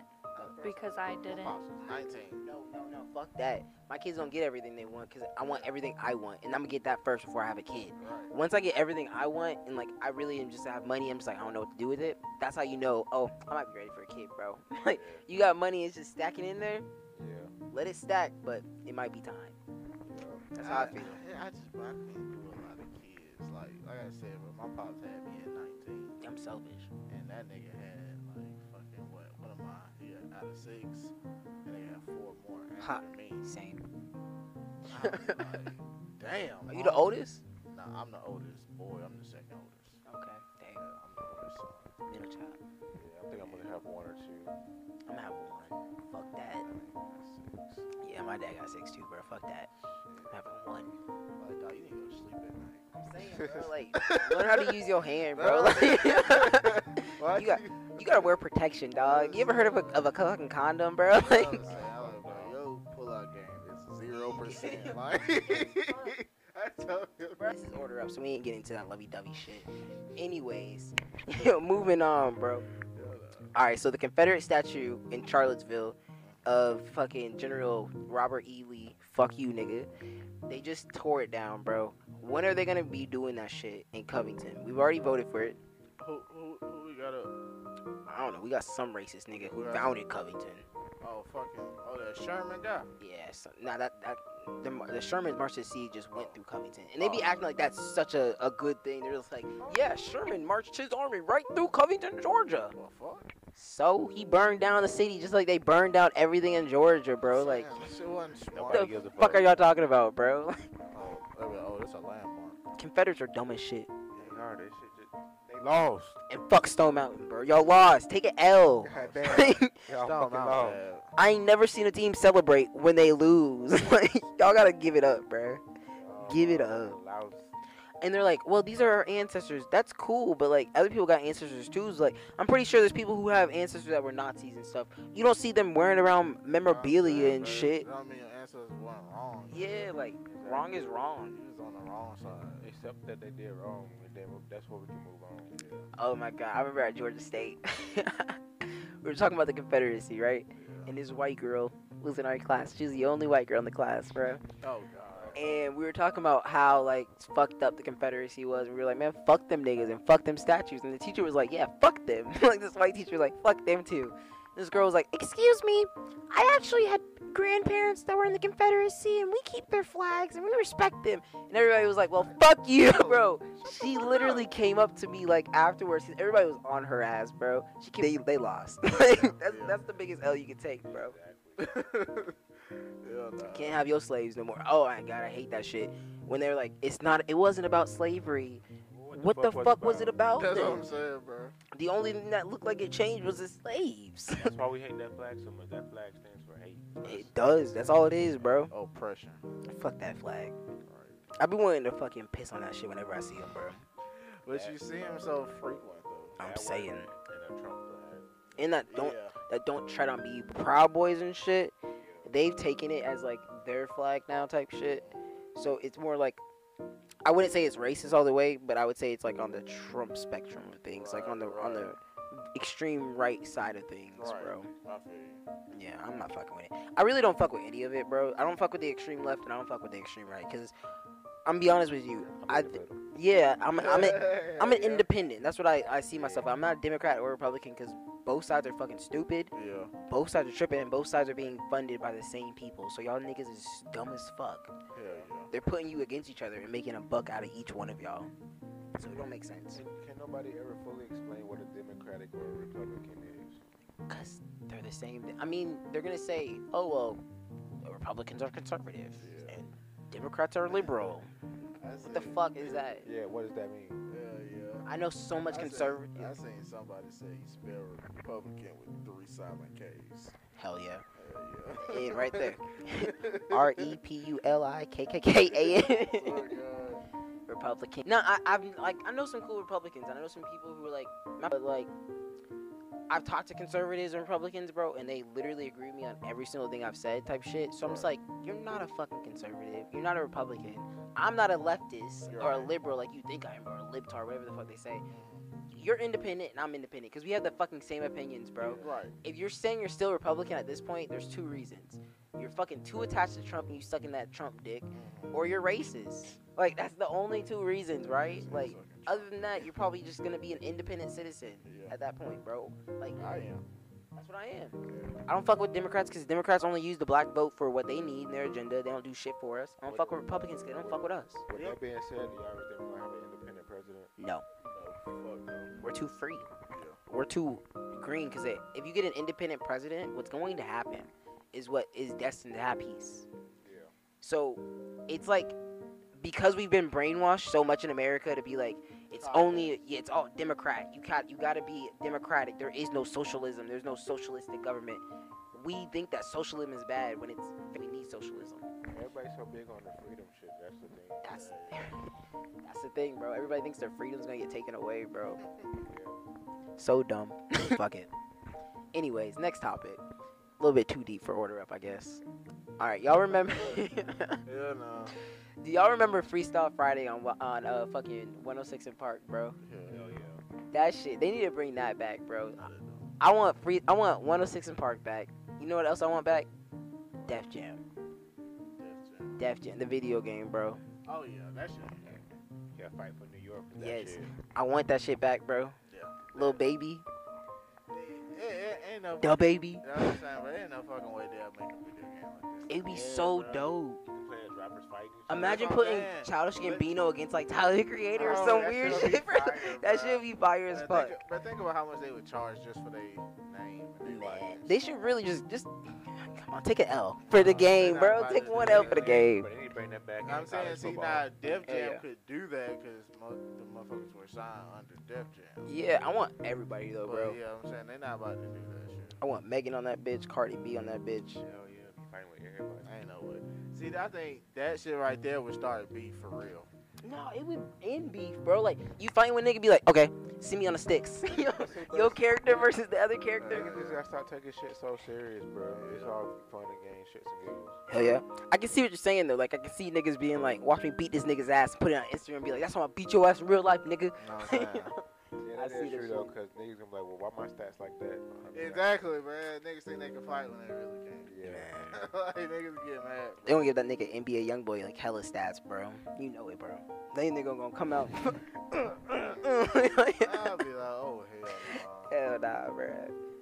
Speaker 3: because I didn't.
Speaker 2: 19.
Speaker 1: No, no, no. Fuck that. My kids don't get everything they want because I want everything I want, and I'm gonna get that first before I have a kid.
Speaker 2: Right.
Speaker 1: Once I get everything I want, and like I really am just have money, I'm just like I don't know what to do with it. That's how you know. Oh, I might be ready for a kid, bro. like you got money, it's just stacking in there.
Speaker 4: Yeah. yeah.
Speaker 1: Let it stack, but it might be time. That's how I feel.
Speaker 2: I, just, I can't do a lot of kids. Like, like I said, but my pops had me at 19.
Speaker 1: I'm selfish.
Speaker 2: And that nigga had like fucking what? What am I? He got out of six, and they had four more
Speaker 1: Ha.
Speaker 2: after me.
Speaker 1: Same.
Speaker 2: I'm like, damn.
Speaker 1: Are you the
Speaker 2: I'm-
Speaker 1: oldest?
Speaker 2: Nah, I'm the oldest boy. I'm the second oldest.
Speaker 1: Okay.
Speaker 2: Yeah, I'm the oldest. son.
Speaker 1: Dang. Middle child.
Speaker 4: Yeah, I think I'm gonna have one or two.
Speaker 1: I'm gonna have one. Fuck that.
Speaker 4: I think that's six.
Speaker 1: Yeah, my dad got six too, bro. Fuck that. I'm having one.
Speaker 2: Like, dog, you need to go to sleep at night.
Speaker 1: I'm saying, bro, like, learn how to use your hand, bro. Like,
Speaker 2: Why
Speaker 1: You got- you gotta wear protection, dog. You ever heard of a, of a fucking condom, bro?
Speaker 2: I
Speaker 1: Like,
Speaker 2: was like, I was like, yo, pull out game is zero percent. Like, I told him.
Speaker 1: this is order up, so we ain't getting into that lovey-dovey shit. Anyways, moving on, bro. All right, so the Confederate statue in Charlottesville of fucking General Robert E. Lee, fuck you, nigga. They just tore it down, bro. When are they gonna be doing that shit in Covington? We've already voted for it.
Speaker 2: Who, who, who we got up?
Speaker 1: I don't know. We got some racist nigga who
Speaker 2: Right.
Speaker 1: founded Covington.
Speaker 2: Oh, fucking. Oh, that Sherman guy.
Speaker 1: Yes. Now that that the, the Sherman March to Sea just went through Covington, and they be
Speaker 2: Oh.
Speaker 1: acting like that's such a, a good thing. They're just like, yeah, Sherman marched his army right through Covington, Georgia.
Speaker 2: Well, fuck.
Speaker 1: So he burned down the city just like they burned down everything in Georgia, bro. Like,
Speaker 2: Damn, that shit wasn't smart.
Speaker 4: Nobody
Speaker 1: the
Speaker 4: gives a
Speaker 1: fuck
Speaker 4: fuck.
Speaker 1: are y'all talking about, bro?
Speaker 2: Oh, wait, wait, oh, that's a landmark.
Speaker 1: Confederates are dumb as shit.
Speaker 4: They are. They shit just. They lost.
Speaker 1: And fuck Stone Mountain, bro. Y'all lost. Take an L.
Speaker 4: God
Speaker 2: Stone
Speaker 4: Y'all fucking
Speaker 2: Mountain,
Speaker 4: lost.
Speaker 2: man.
Speaker 1: I ain't never seen a team celebrate when they lose. like, y'all gotta give it up, bro.
Speaker 4: Y'all
Speaker 1: Give it
Speaker 4: fucking Lost.
Speaker 1: and they're like, well, these are our ancestors. That's cool, but like other people got ancestors too. So, like I'm pretty sure there's people who have ancestors that were Nazis and stuff. You don't see them wearing around memorabilia
Speaker 2: Yeah,
Speaker 1: and
Speaker 2: but
Speaker 1: shit.
Speaker 2: I mean, your answers weren't wrong.
Speaker 1: Yeah, like
Speaker 4: Exactly.
Speaker 1: wrong is wrong.
Speaker 2: You was on the wrong side.
Speaker 4: Except that they did wrong, and then that's what we can move on.
Speaker 1: Oh my god, I remember at Georgia State, we were talking about the Confederacy, right?
Speaker 2: Yeah.
Speaker 1: And this white girl was in our class. She was the only white girl in the class, bro.
Speaker 2: Oh, God.
Speaker 1: and we were talking about how like fucked up the Confederacy was, and we were like, man, fuck them niggas and fuck them statues. And the teacher was like, yeah, fuck them. like this white teacher was like, fuck them too. This girl was like, excuse me, I actually had grandparents that were in the Confederacy, and we keep their flags and we respect them. And everybody was like, well, fuck you, bro. She literally came up to me like afterwards. 'cause Everybody was on her ass, bro. She came, they they lost. Like, that's
Speaker 2: Yeah.
Speaker 1: that's the biggest L you can take, bro.
Speaker 4: Exactly.
Speaker 2: Hell nah.
Speaker 1: Can't have your slaves no more. Oh my god, I hate that shit. When they were like, it's not, it wasn't about slavery. What the fuck was it about?
Speaker 2: That's what
Speaker 1: then?
Speaker 2: I'm saying, bro.
Speaker 1: The only thing that looked like it changed was the slaves.
Speaker 4: That's why we hate that flag so much. That flag stands for hate.
Speaker 1: It does. That's all it is, bro.
Speaker 2: Oppression.
Speaker 1: Fuck that flag. I be wanting to fucking piss on that shit whenever I see him, bro.
Speaker 2: But you see him so frequent though.
Speaker 1: I'm
Speaker 4: That one
Speaker 1: saying.
Speaker 4: And a Trump flag.
Speaker 1: And that don't
Speaker 2: Yeah.
Speaker 1: that don't tread on me, Proud Boys and shit. They've taken it as like their flag now type shit. So it's more like I wouldn't say it's racist all the way, but I would say it's like on the Trump spectrum of things, like on the on the extreme right side of things,
Speaker 2: Right.
Speaker 1: bro.
Speaker 2: I feel you.
Speaker 1: Yeah, I'm not fucking with it. I really don't fuck with any of it, bro. I don't fuck with the extreme left and I don't fuck with the extreme right because I'm be honest with you. I th- yeah, I'm I'm an, I'm an
Speaker 2: Yeah.
Speaker 1: independent. That's what I, I see myself. I'm not a Democrat or Republican because both sides are fucking stupid.
Speaker 2: Yeah.
Speaker 1: Both sides are tripping and both sides are being funded by the same people. So y'all niggas is dumb as fuck.
Speaker 2: Hell yeah.
Speaker 1: They're putting you against each other and making a buck out of each one of y'all. So it don't make sense.
Speaker 4: Can, can nobody ever fully explain what a Democratic or a Republican is?
Speaker 1: Cause they're the same. I mean, they're gonna say, "Oh well, Republicans are conservative
Speaker 2: Yeah.
Speaker 1: and Democrats are liberal."
Speaker 2: That's
Speaker 1: What the fuck is that?
Speaker 4: Yeah, what does that mean?
Speaker 2: Hell yeah.
Speaker 1: I know so much
Speaker 2: I seen-
Speaker 1: conservative.
Speaker 2: I seen somebody say you spell Republican with three silent K's.
Speaker 1: Hell yeah,
Speaker 2: Hell yeah.
Speaker 1: it right there. R E P U L I K K K A N.
Speaker 2: Swear to Oh, God.
Speaker 1: Republican. No, I, I've like I know some cool Republicans. and I know some people who are like, not- but like, I've talked to conservatives and Republicans, bro, and they literally agree with me on every single thing I've said, type shit. So I'm just like, you're not a fucking conservative. You're not a Republican. I'm not a leftist
Speaker 2: You're
Speaker 1: or a
Speaker 2: right.
Speaker 1: liberal like you think I am, or a libtard, whatever the fuck they say.
Speaker 2: Mm-hmm.
Speaker 1: You're independent and I'm independent because we have the fucking same opinions, bro.
Speaker 2: Right.
Speaker 1: If you're saying you're still Republican at this point, there's two reasons. You're fucking too attached to Trump and you suck in that Trump dick
Speaker 2: mm-hmm.
Speaker 1: or you're racist. Like that's the only two reasons, right? Like other than that, you're probably just gonna be an independent citizen
Speaker 2: Yeah.
Speaker 1: at that point, bro. Like
Speaker 2: I am.
Speaker 1: that's what I am.
Speaker 2: Yeah.
Speaker 1: I don't fuck with Democrats because Democrats only use the black vote for what they need in their agenda. They don't do shit for us. I don't fuck with Republicans 'cause they don't fuck with us.
Speaker 4: With that being said, do y'all ever think we're gonna have an independent president?
Speaker 1: No,
Speaker 2: No, fuck no.
Speaker 1: we're too free.
Speaker 2: Yeah.
Speaker 1: We're too green because if you get an independent president, what's going to happen is what is destined to have peace.
Speaker 4: Yeah.
Speaker 1: So it's like because we've been brainwashed so much in America to be like it's
Speaker 2: Progress.
Speaker 1: only yeah, it's all Democrat. You got you got to be democratic. There is no socialism. There's no socialistic government. We think that socialism is bad when it's we need socialism.
Speaker 4: Everybody's so big on the freedom shit. That's the thing.
Speaker 1: That's that's the thing, bro. Everybody thinks their freedom's gonna get taken away, bro. So dumb. Fuck it. Anyways, next topic. A little bit too deep for order up, I guess. All right, y'all remember?
Speaker 2: Hell no.
Speaker 1: Do y'all remember Freestyle Friday on wa- on uh fucking 106 and Park, bro?
Speaker 2: Hell
Speaker 4: Hell yeah.
Speaker 1: That shit. They need to bring that back, bro.
Speaker 2: yeah.
Speaker 1: I want free. I want 106 and Park back. You know what else I want back? Def Jam.
Speaker 2: Def Jam.
Speaker 1: Def Jam, the video game, bro.
Speaker 2: Oh yeah, that shit.
Speaker 4: Yeah, fight for New York. for that
Speaker 1: Yes.
Speaker 4: shit.
Speaker 1: I want that shit back, bro.
Speaker 2: Yeah.
Speaker 1: Little baby,
Speaker 2: It, it, it ain't no.
Speaker 1: the baby.
Speaker 2: You know what I'm saying, but ain't no fucking way they'll make a video game like this.
Speaker 1: It'd be
Speaker 2: Yeah,
Speaker 1: so
Speaker 2: bro.
Speaker 1: dope.
Speaker 4: You can play as rappers fighting. each other.
Speaker 1: Imagine
Speaker 2: my
Speaker 1: putting
Speaker 2: man.
Speaker 1: Childish Gambino against like Tyler the Creator or
Speaker 2: Oh,
Speaker 1: some
Speaker 2: that
Speaker 1: weird
Speaker 2: shit'll be
Speaker 1: shit, bro.
Speaker 2: fire,
Speaker 1: That
Speaker 2: bro.
Speaker 1: should be fire as
Speaker 2: But
Speaker 1: fuck.
Speaker 2: think, but think about how much they would charge just for their name. And they like,
Speaker 1: They should really just just come on, take an L for the game, bro. Take one L for the game.
Speaker 4: But they need to bring that back.
Speaker 2: I'm
Speaker 4: in
Speaker 2: saying,
Speaker 4: college
Speaker 2: see,
Speaker 4: football.
Speaker 2: now Def Jam
Speaker 1: Hell yeah.
Speaker 2: could do that because mo- the motherfuckers were signed under Def Jam.
Speaker 1: Yeah, I want everybody though,
Speaker 2: but
Speaker 1: bro.
Speaker 2: yeah, I'm saying they're not about to do that shit.
Speaker 1: I want Megan on that bitch, Cardi B on that bitch.
Speaker 4: Hell yeah. Be fighting with everybody.
Speaker 2: I ain't know what. See, I think that shit right there would start a beef for real.
Speaker 1: No, it would end beef, bro. Like you fight one nigga, be like, okay, see me on the sticks. Yo- Your character versus the other character.
Speaker 4: Niggas just gotta stop taking shit so serious, bro. It's all fun and games, shits and giggles.
Speaker 1: Hell yeah. I can see what you're saying though. Like I can see niggas being like, watch me beat this nigga's ass, put it on Instagram, and be like, that's how I beat your ass in real life, nigga.
Speaker 2: You know what I'm saying?
Speaker 4: Yeah,
Speaker 1: I
Speaker 4: that
Speaker 1: see
Speaker 4: is
Speaker 1: that
Speaker 4: true though,
Speaker 1: shit.
Speaker 4: because niggas gonna be like, well, why my stats like that? I mean,
Speaker 2: Exactly, man. Niggas think they can fight when they really
Speaker 4: I-
Speaker 2: can't.
Speaker 4: Yeah,
Speaker 2: man. like niggas get mad.
Speaker 1: They don't give that nigga NBA young boy like hella stats, bro. You know it, bro. That nigga gonna come out.
Speaker 2: I'll be like, oh hell. no.
Speaker 1: Hell nah, bro.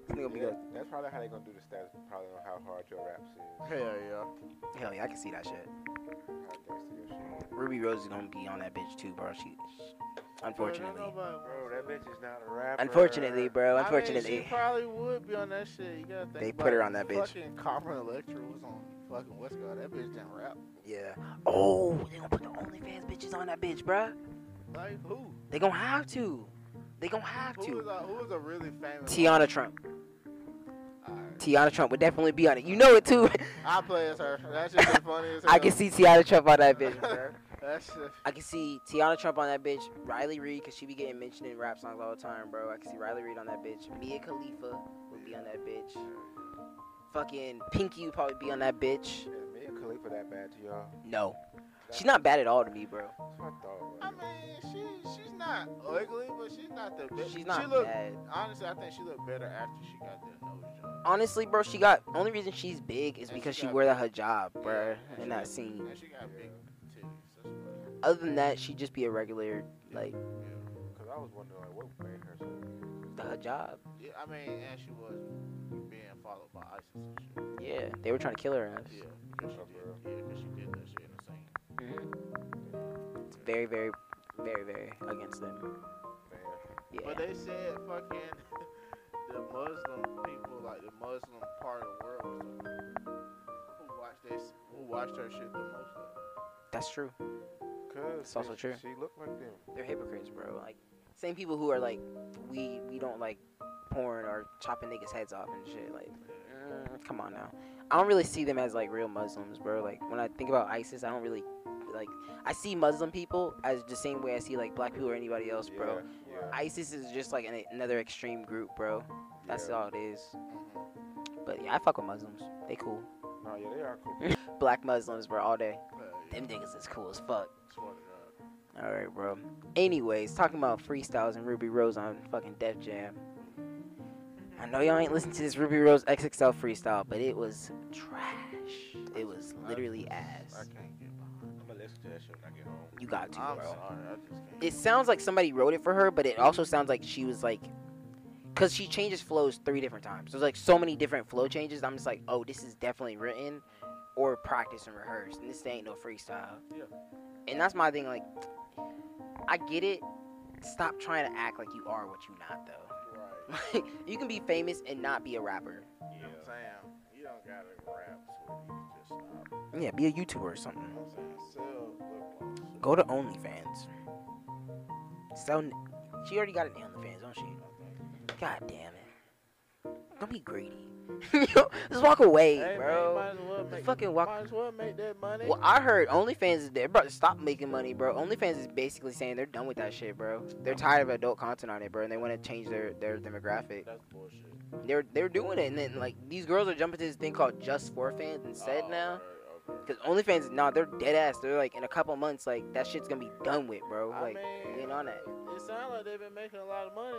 Speaker 1: This nigga be
Speaker 4: Yeah,
Speaker 1: good.
Speaker 4: that's probably how they gonna do the stats. Probably on how hard your raps is.
Speaker 2: Hell yeah.
Speaker 1: Hell yeah, I can see that shit.
Speaker 4: How thirsty your shit. is.
Speaker 1: Ruby Rose is gonna be on that bitch too, bro. She, she- unfortunately,
Speaker 4: Bro, that bitch is not a rapper.
Speaker 1: unfortunately, bro,
Speaker 2: I mean,
Speaker 1: unfortunately.
Speaker 2: she probably would be on that shit. You gotta think
Speaker 1: They
Speaker 2: about
Speaker 1: put her
Speaker 2: it.
Speaker 1: on that bitch.
Speaker 2: Fucking Carmen Electra was on fucking what's it called? That bitch didn't rap.
Speaker 1: Yeah. Oh, they gonna put the OnlyFans bitches on that bitch, bruh.
Speaker 2: Like who?
Speaker 1: They gonna have to. They gonna have
Speaker 2: Who was
Speaker 1: to.
Speaker 2: a, who was a really famous?
Speaker 1: Tiana Trump.
Speaker 2: Alright.
Speaker 1: Tiana Trump would definitely be on it. You know it too.
Speaker 2: I play as her. That shit the funniest.
Speaker 1: I can see Tiana Trump on that bitch, bro.
Speaker 2: That shit.
Speaker 1: I can see Tiana Trump on that bitch. Riley Reid, cause she be getting mentioned in rap songs all the time, bro. I can see Riley Reid on that bitch. Mia Khalifa would be on that bitch. Fucking Pinky would probably be on that bitch.
Speaker 4: Is Mia Khalifa that bad to y'all?
Speaker 1: No, she's not bad at all to me, bro.
Speaker 4: That's what I thought.
Speaker 2: I mean, she she's not ugly, but she's not the best.
Speaker 1: She's not
Speaker 2: she look,
Speaker 1: bad.
Speaker 2: Honestly, I think she looked better after she got that nose job.
Speaker 1: Honestly, bro, she got only reason she's big is
Speaker 2: And
Speaker 1: because
Speaker 2: she
Speaker 1: she
Speaker 2: got-
Speaker 1: wear that hijab, bro,
Speaker 2: Yeah,
Speaker 1: in that
Speaker 2: she got-
Speaker 1: scene.
Speaker 2: And she got big titties. That's what.
Speaker 1: Other than that, she just be a regular like
Speaker 2: Yeah.
Speaker 4: Because I was wondering, like, what made her so weird?
Speaker 1: the hijab.
Speaker 2: yeah, I mean, and she was being followed by ISIS and shit.
Speaker 1: Yeah, they were trying to kill her ass.
Speaker 2: Yeah, because she did. Yeah, because she did that shit in the scene.
Speaker 1: It's very, very, very, very against them.
Speaker 4: Man,
Speaker 1: Yeah,
Speaker 2: But they said fucking the Muslim people, like the Muslim part of the world, was the, who watched this, who watched her shit the most. though.
Speaker 1: that's true.
Speaker 4: Cause
Speaker 1: It's also
Speaker 4: she,
Speaker 1: true.
Speaker 4: She looked like them.
Speaker 1: They're hypocrites, bro. Like same people who are like, we we don't like porn or chopping niggas heads off and shit. Like, mm, come on now. I don't really see them as like real Muslims, bro. Like when I think about ISIS, I don't really like. I see Muslim people as the same way I see like black people or anybody else, bro.
Speaker 4: Yeah, yeah,
Speaker 1: ISIS is just like an, another extreme group, bro. That's
Speaker 4: yeah.
Speaker 1: all it is. Mm-hmm. But yeah, I fuck with Muslims. They cool.
Speaker 4: No, yeah, they are cool.
Speaker 1: Black Muslims, bro, all day.
Speaker 2: Hell yeah,
Speaker 1: Them niggas is cool as fuck.
Speaker 2: swear to God.
Speaker 1: All right, bro. Anyways, talking about freestyles and Ruby Rose on fucking Def Jam. I know y'all ain't listened to this Ruby Rose XXL freestyle, but it was trash. It was literally
Speaker 2: I
Speaker 1: ass.
Speaker 2: can't get behind.
Speaker 4: I'm gonna listen to that shit when I get home.
Speaker 1: You got to,
Speaker 2: I'm
Speaker 1: bro.
Speaker 2: sorry, I just can't.
Speaker 1: It sounds like somebody wrote it for her, but it also sounds like she was like, cause she changes flows three different times. There's like so many different flow changes. I'm just like, oh, this is definitely written or practiced and rehearsed, and this ain't no freestyle.
Speaker 4: Yeah.
Speaker 1: And that's my thing. Like, I get it. Stop trying to act like you are what you not though.
Speaker 4: Right.
Speaker 1: you can be famous and not be a rapper.
Speaker 2: You know what I'm saying? You don't gotta rap, sweetie. Just stop. You
Speaker 1: Yeah, be a YouTuber or something.
Speaker 2: know what I'm saying? Sell lip gloss.
Speaker 1: Go to OnlyFans. So, she already got an OnlyFans, don't she? God damn it. Don't be greedy. Just walk away,
Speaker 2: Hey,
Speaker 1: bro.
Speaker 2: Man, you might as well make,
Speaker 1: fucking walk-
Speaker 2: Might as well make that money.
Speaker 1: well, I heard OnlyFans is there, bro. Stop making money, bro. OnlyFans is basically saying they're done with that shit, bro. They're tired of adult content on it, bro, and they want to change their, their demographic.
Speaker 2: That's bullshit.
Speaker 1: They're they're doing it, and then like these girls are jumping to this thing called Just for Fans instead
Speaker 2: Oh,
Speaker 1: now.
Speaker 2: okay, okay.
Speaker 1: Cause OnlyFans, nah, they're dead ass. They're like in a couple months, like that shit's gonna be done with, bro.
Speaker 2: I
Speaker 1: Like,
Speaker 2: mean,
Speaker 1: we ain't on it.
Speaker 2: It sounds like they've been making a lot of money.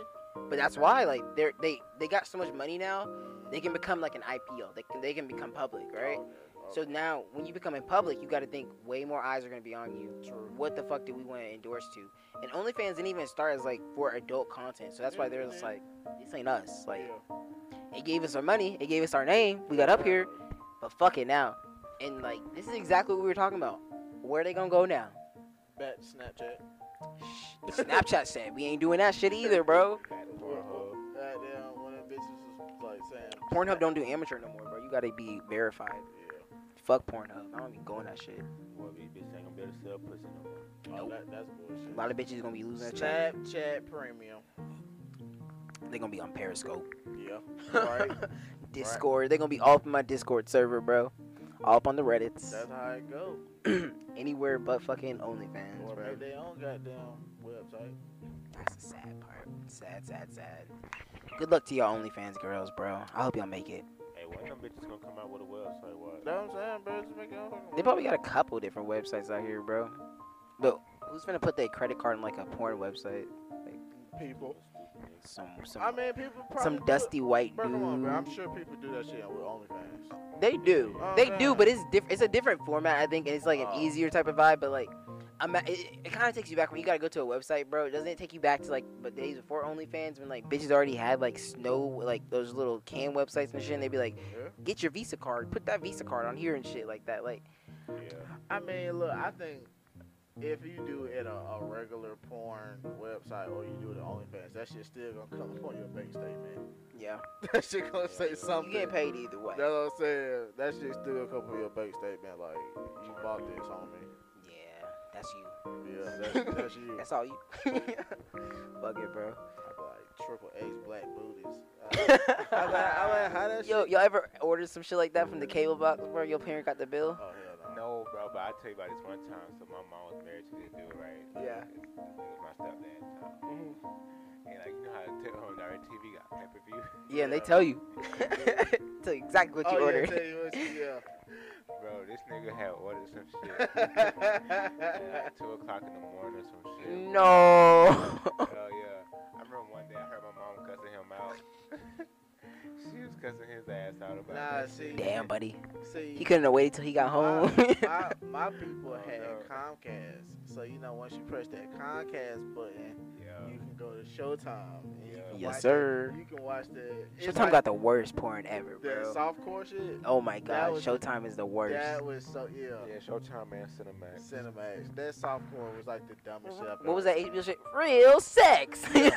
Speaker 1: but that's why, like, they're they they got so much money now, they can become like an IPO. They can they can become public, right?
Speaker 2: Oh, Okay,
Speaker 1: So now, when you become in public, you got to think way more eyes are gonna be on you. What the fuck do we want to endorse to? And OnlyFans didn't even start as like for adult content, so that's why they're just like, this ain't us. Like, it gave us our money, it gave us our name, we got up here, but fuck it now. And like, this is exactly what we were talking about. Where they gonna go now?
Speaker 2: Back to Snapchat.
Speaker 1: Shh, Snapchat said we ain't doing that shit either, bro.
Speaker 2: Uh-huh.
Speaker 4: Pornhub.
Speaker 2: Goddamn, one of them bitches was like saying.
Speaker 1: Pornhub don't do amateur no more, bro. You gotta be verified.
Speaker 2: Yeah.
Speaker 1: Fuck Pornhub. I don't be going that shit.
Speaker 4: Well, these bitches ain't gonna be able to sell pussy no more.
Speaker 2: Oh, that, that's bullshit.
Speaker 1: A lot of bitches gonna be losing their check.
Speaker 2: Snapchat Premium.
Speaker 1: They gonna be on Periscope,
Speaker 2: Yeah.
Speaker 4: Right.
Speaker 1: Discord. They gonna be all up in my Discord server, bro. All up on the Reddits.
Speaker 2: That's how it go.
Speaker 1: Anywhere but fucking OnlyFans,
Speaker 2: Or
Speaker 1: bro.
Speaker 2: make their own goddamn website.
Speaker 1: That's the sad part. Sad, sad, sad. Good luck to y'all OnlyFans girls, bro. I hope y'all make it.
Speaker 4: Hey, one of them bitches gonna come out with a website. What?
Speaker 2: That's what I'm saying, bro. Just make your own fucking
Speaker 1: They probably got
Speaker 2: website.
Speaker 1: a couple different websites out here, bro. But who's gonna put their credit card in like a porn website?
Speaker 2: people.
Speaker 1: some some
Speaker 2: I mean, people probably
Speaker 1: some
Speaker 2: do it.
Speaker 1: dusty white
Speaker 2: Bro,
Speaker 1: dude.
Speaker 2: come on, bro. I'm sure people do that shit with OnlyFans.
Speaker 1: They do.
Speaker 2: Oh,
Speaker 1: they do,
Speaker 2: man.
Speaker 1: but it's different. It's a different format, I think, and it's like an
Speaker 2: Oh.
Speaker 1: easier type of vibe. But like, I'm at, it, it kind of takes you back when you gotta go to a website, bro. Doesn't it take you back to like the days before OnlyFans when like bitches already had like snow, like those little can websites and shit? And they'd be like,
Speaker 2: Yeah.
Speaker 1: get your Visa card, put that Visa card on here and shit like that. Like,
Speaker 4: Yeah.
Speaker 2: I mean, look, I think if you do it at a, a regular porn website or you do it at OnlyFans, that shit still gonna come up on your bank statement.
Speaker 1: yeah,
Speaker 2: That shit gonna say
Speaker 1: you
Speaker 2: something.
Speaker 1: get paid either way.
Speaker 2: That's what I'm saying. That shit still gonna come up on your bank statement. Like you bought this, homie.
Speaker 1: Yeah, that's you.
Speaker 2: Yeah, that's, that's you.
Speaker 1: That's all you. Fuck it, bro.
Speaker 2: like triple H black booties. Uh, I'm like, I'm like, how that
Speaker 1: Yo,
Speaker 2: shit?
Speaker 1: y'all ever ordered some shit like that from the cable box, bro? Your parent got the bill.
Speaker 2: Oh hell no.
Speaker 4: No, bro, but I tell you about this one time. So my mom was married to this dude, right?
Speaker 1: Yeah.
Speaker 4: It was my stepdad. Tom.
Speaker 2: Mm.
Speaker 4: And like, you know how to tell her on our TV got pay per view?
Speaker 1: Yeah, and they tell you. tell you exactly what you
Speaker 2: oh, yeah,
Speaker 1: ordered.
Speaker 2: tell you what you-
Speaker 4: Bro, this nigga had ordered some shit.
Speaker 2: yeah.
Speaker 4: at like, 2 o'clock in the morning or some shit.
Speaker 1: No.
Speaker 4: Hell yeah. I remember one day I heard my mom cussing him out. she was cussing his ass out about
Speaker 2: nah,
Speaker 4: that
Speaker 2: see,
Speaker 4: shit.
Speaker 1: Damn, buddy.
Speaker 2: see,
Speaker 1: He couldn't have waited till he got home.
Speaker 2: my, my people
Speaker 4: Oh,
Speaker 2: had
Speaker 4: no.
Speaker 2: Comcast, so you know once you press that Comcast button, you
Speaker 4: Yeah.
Speaker 2: can go to Showtime. And you can
Speaker 1: Yes,
Speaker 2: watch
Speaker 1: sir.
Speaker 2: It. You can watch the it's
Speaker 1: Showtime
Speaker 2: like
Speaker 1: got the worst porn ever,
Speaker 2: the
Speaker 1: bro.
Speaker 2: softcore shit.
Speaker 1: Oh my
Speaker 2: that
Speaker 1: god,
Speaker 2: was-
Speaker 1: Showtime is the worst.
Speaker 2: That was so yeah.
Speaker 4: Yeah, Showtime Man Cinemax.
Speaker 2: Cinemax. That softcore was like the dumbest shit. I've ever
Speaker 1: What was that HBO shit? Real sex.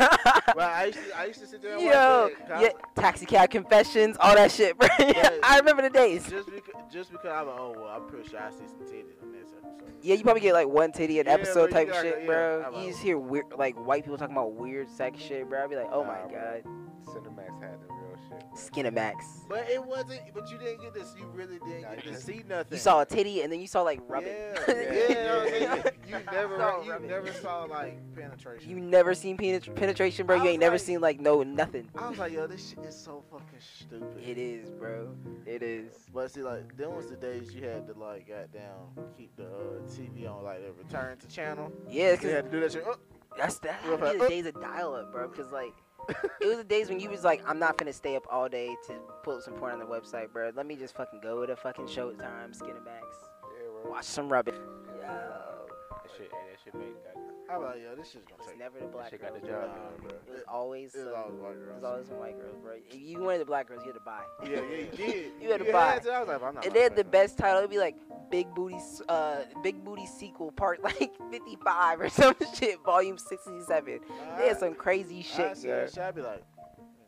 Speaker 2: Well, I used to, I used to sit there and
Speaker 1: Yo,
Speaker 2: watch it. 'cause I
Speaker 1: yeah, taxi cab confessions, all that shit, bro.
Speaker 2: Yeah.
Speaker 1: I remember the days.
Speaker 2: Just because, just because I'm like, oh well, I'm pretty sure I see some titties in this episode.
Speaker 1: Yeah, you probably get like one titty an
Speaker 2: Yeah,
Speaker 1: episode
Speaker 2: bro, you
Speaker 1: type
Speaker 2: gotta-
Speaker 1: shit,
Speaker 2: yeah,
Speaker 1: bro.
Speaker 2: I'm out.
Speaker 1: you just hear weird, like white people talking about weird sex shit, bro. I'd be like, oh my
Speaker 4: Nah, bro.
Speaker 1: god,
Speaker 4: Cinemax had the real shit. bro.
Speaker 1: Skinamax.
Speaker 2: But it wasn't. But you didn't get this. You really didn't
Speaker 4: Nah,
Speaker 2: get to
Speaker 4: you just-
Speaker 2: see nothing.
Speaker 1: You saw a titty and then you saw like rubbing.
Speaker 2: Yeah, yeah, yeah,
Speaker 4: Yeah.
Speaker 2: You never,
Speaker 1: Saw
Speaker 2: you
Speaker 1: rubbing.
Speaker 2: never saw like penetration.
Speaker 1: You never seen penet- penetration, bro.
Speaker 2: I
Speaker 1: You
Speaker 2: was
Speaker 1: ain't never
Speaker 2: like-
Speaker 1: seen like no nothing.
Speaker 2: I was like, yo, this shit is so fucking stupid.
Speaker 1: It is, bro. It is.
Speaker 2: But see, like, them was the days you had to like, goddamn, keep the uh, TV on, like, the return to channel.
Speaker 1: Yeah, it's
Speaker 2: You
Speaker 1: 'cause
Speaker 2: had to do that shit. Oh,
Speaker 1: that's that.
Speaker 2: Real
Speaker 1: had to be
Speaker 2: fast.
Speaker 1: the days of dial up, bro. Because like, it was the days when you was like, I'm not finna stay up all day to pull up some porn on the website, bro. Let me just fucking go to fucking Showtime, Skinamax,
Speaker 4: Yeah, bro.
Speaker 1: watch some rubbing.
Speaker 4: Yo. That shit, hey, that shit made that,
Speaker 2: I'm like, yo, this shit's
Speaker 1: It
Speaker 2: gonna
Speaker 1: was
Speaker 2: take.
Speaker 1: never the
Speaker 4: that
Speaker 1: black
Speaker 4: shit got
Speaker 1: girls.
Speaker 4: the
Speaker 1: bro.
Speaker 4: job
Speaker 2: Nah,
Speaker 4: done, bro.
Speaker 1: It was always.
Speaker 2: It was
Speaker 1: some-
Speaker 2: always white
Speaker 1: It was
Speaker 2: girls.
Speaker 1: always some white girls, bro. If you wanted the black girls, you had to buy.
Speaker 2: Yeah, yeah, you did.
Speaker 1: You had to buy.
Speaker 2: to. I was like, I'm not.
Speaker 1: And they had the
Speaker 2: motherfucking-
Speaker 1: best title. It'd be like Big Booty, S- uh, Big Booty sequel part like 55 or some shit, volume 67. They had some crazy
Speaker 2: I- I
Speaker 1: shit,
Speaker 2: see
Speaker 1: girl.
Speaker 2: that shit, I'd be like,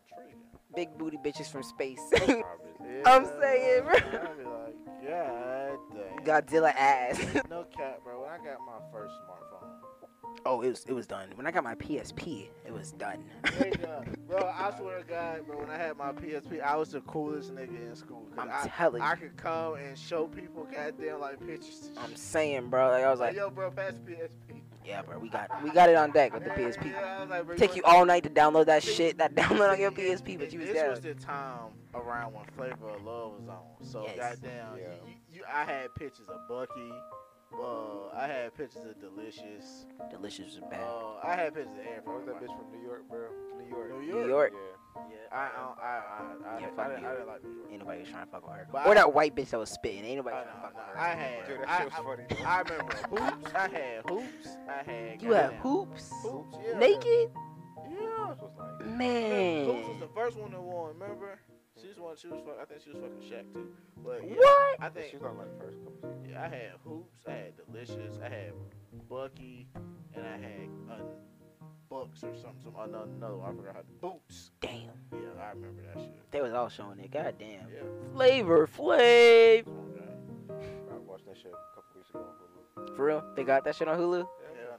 Speaker 2: intriguing.
Speaker 1: Big booty bitches from space.
Speaker 4: Harvest.
Speaker 1: I'm
Speaker 2: Yeah,
Speaker 1: saying, bro.
Speaker 2: I'd be like, god damn.
Speaker 1: Godzilla ass.
Speaker 2: No cap, bro. When I got my first smartphone,
Speaker 1: oh, it was it was done. When I got my PSP, it was done.
Speaker 2: Nigga, bro, I swear to God, bro, when I had my PSP, I was the coolest nigga in school. 'cause
Speaker 1: I'm
Speaker 2: I,
Speaker 1: telling
Speaker 2: I
Speaker 1: you.
Speaker 2: could come and show people goddamn like pictures. and
Speaker 1: I'm
Speaker 2: shit.
Speaker 1: saying, bro. Like I was
Speaker 2: like,
Speaker 1: like,
Speaker 2: yo, bro, pass the PSP.
Speaker 1: yeah, bro. We got we got it on deck with the
Speaker 2: Yeah,
Speaker 1: PSP.
Speaker 2: yeah, I was like, bro,
Speaker 1: Take you all night to download that shit. That download on your PSP, but you was
Speaker 2: This
Speaker 1: down.
Speaker 2: was the time around when Flavor of Love was on. So
Speaker 1: Yes.
Speaker 2: goddamn,
Speaker 4: Yeah.
Speaker 2: you, you, I had pictures of Bucky. Uh, I had pictures of Delicious.
Speaker 1: Delicious was bad.
Speaker 2: Uh, I had pictures of everything.
Speaker 4: What was that bitch from New York, bro? New York.
Speaker 2: New
Speaker 1: New
Speaker 2: York.
Speaker 1: York.
Speaker 4: Yeah.
Speaker 2: Yeah, I, I, I, I, I,
Speaker 1: Yeah,
Speaker 2: I,
Speaker 1: fuck
Speaker 2: didn't,
Speaker 1: New
Speaker 2: I
Speaker 1: York.
Speaker 2: didn't like New York.
Speaker 1: Ain't nobody was trying to fuck with her.
Speaker 2: But
Speaker 1: or
Speaker 2: I-
Speaker 1: that white bitch that was spitting. Ain't nobody
Speaker 2: I,
Speaker 1: trying to fuck with her.
Speaker 2: I
Speaker 4: Dude,
Speaker 2: had,
Speaker 4: that
Speaker 2: I,
Speaker 4: shit was
Speaker 2: I-
Speaker 4: funny.
Speaker 2: I remember hoops. I had hoops. I had.
Speaker 1: You had
Speaker 2: goddamn-
Speaker 1: hoops?
Speaker 2: Hoops. Yeah.
Speaker 1: Naked?
Speaker 2: Yeah.
Speaker 4: This was like,
Speaker 1: Man.
Speaker 2: Remember, Hoops was the first one that won. Remember? She was one. She was. Fuck, I think she was fucking Shaq too. But yeah,
Speaker 1: What?
Speaker 2: I
Speaker 4: she
Speaker 2: think
Speaker 4: was on like first couple seasons.
Speaker 2: yeah, I had hoops. I had delicious. I had Bucky, and I had uh, Bucks or something. Some another another. one, I forgot how. to- Boots.
Speaker 1: Damn.
Speaker 2: Yeah, I remember that shit.
Speaker 1: They was all showing it. God damn.
Speaker 2: Yeah.
Speaker 1: Flavor, flav.
Speaker 2: it's one guy.
Speaker 4: I watched that shit a couple weeks ago on Hulu.
Speaker 1: For real? They got that shit on Hulu?
Speaker 2: Hell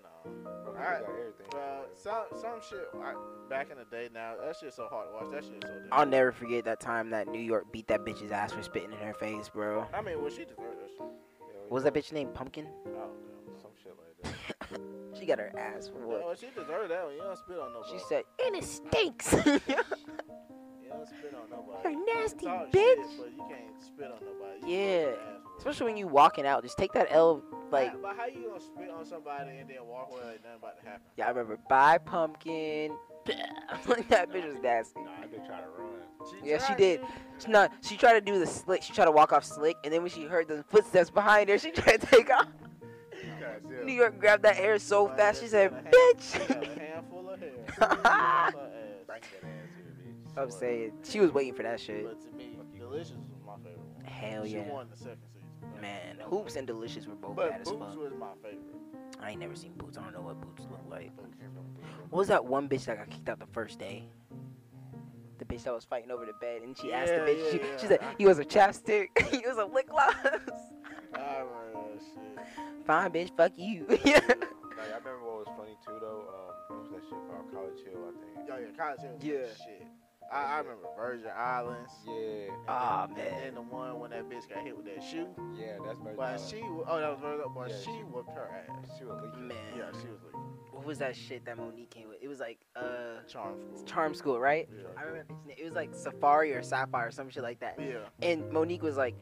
Speaker 2: no.
Speaker 4: Bro, we
Speaker 2: Alright,
Speaker 4: got everything.
Speaker 2: Well,
Speaker 4: bro.
Speaker 2: some some shit like, back in the day. Now that shit's so hard to watch. That shit's so. Different.
Speaker 1: I'll never forget that time that New York beat that bitch's ass for spitting in her face, bro.
Speaker 2: I mean, well, she deserved that shit.
Speaker 4: Yeah, we
Speaker 1: What was that bitch named Pumpkin?
Speaker 2: I don't know.
Speaker 4: got Some shit like that.
Speaker 1: She got her ass whooped.
Speaker 2: Well, she deserved that one. You don't spit on nobody.
Speaker 1: She said, and it stinks.
Speaker 2: you don't spit on nobody.
Speaker 1: Her
Speaker 2: You
Speaker 1: nasty
Speaker 2: talk
Speaker 1: bitch.
Speaker 2: Shit, but you can't spit on nobody.
Speaker 1: Yeah.
Speaker 2: You
Speaker 1: Especially when you walking out, just take that L. Like,
Speaker 2: But how you gonna spit on somebody and then walk away like nothing about to happen?
Speaker 1: yeah, I remember. Bye, Pumpkin. like that bitch was nasty.
Speaker 4: Nah, I been trying to run.
Speaker 1: Yeah, she did. She, no, she tried to do the slick. She tried to walk off slick, and then when she heard the footsteps behind her, she tried to take off.
Speaker 4: Goddamn.
Speaker 1: New York grabbed that air so
Speaker 2: Like,
Speaker 1: fast. She
Speaker 2: just
Speaker 1: said,
Speaker 2: got a hand-
Speaker 1: "Bitch."
Speaker 2: got a handful of hair. That's her ass.
Speaker 4: Bring that ass here, bitch.
Speaker 1: I'm saying she was waiting for that shit.
Speaker 2: But to me, Delicious was my favorite one.
Speaker 1: Hell
Speaker 2: she
Speaker 1: yeah,
Speaker 2: won the second season.
Speaker 1: man. Hoops and Delicious were both
Speaker 2: But
Speaker 1: bad as
Speaker 2: Boots
Speaker 1: fuck.
Speaker 2: was my favorite.
Speaker 1: I ain't never seen Boots. I don't know what Boots look like.
Speaker 4: I can't remember.
Speaker 1: What was that one bitch that got kicked out the first day? The bitch that was fighting over the bed, and she asked the
Speaker 2: Yeah,
Speaker 1: bitch.
Speaker 2: yeah,
Speaker 1: she,
Speaker 2: yeah.
Speaker 1: she said, "He was a chapstick. he was a lip gloss."
Speaker 2: I remember that shit.
Speaker 1: Fine, bitch. Fuck you.
Speaker 4: Nah, I remember what was funny too though. Um, what was that shit called? College Hill, I think.
Speaker 2: Yo, yeah, college Hill was
Speaker 1: Yeah.
Speaker 2: the shit. I, I remember Virgin Islands.
Speaker 4: Yeah,
Speaker 2: And
Speaker 1: Aw,
Speaker 2: then-
Speaker 1: Ah, man.
Speaker 2: And then the one when that bitch got hit with that shoe.
Speaker 4: yeah, that's my.
Speaker 2: But she, oh, that was Virgin. But
Speaker 4: Yeah,
Speaker 2: she,
Speaker 4: she-
Speaker 2: whooped her ass.
Speaker 4: she was leaking.
Speaker 1: Man,
Speaker 2: Yeah, she was like
Speaker 1: what was that shit that Monique came with? It was like uh,
Speaker 2: charm school.
Speaker 1: Charm School, right?
Speaker 2: Yeah.
Speaker 1: I remember it's na- it was like Safari or Sapphire or some shit like that.
Speaker 2: Yeah.
Speaker 1: And Monique was like,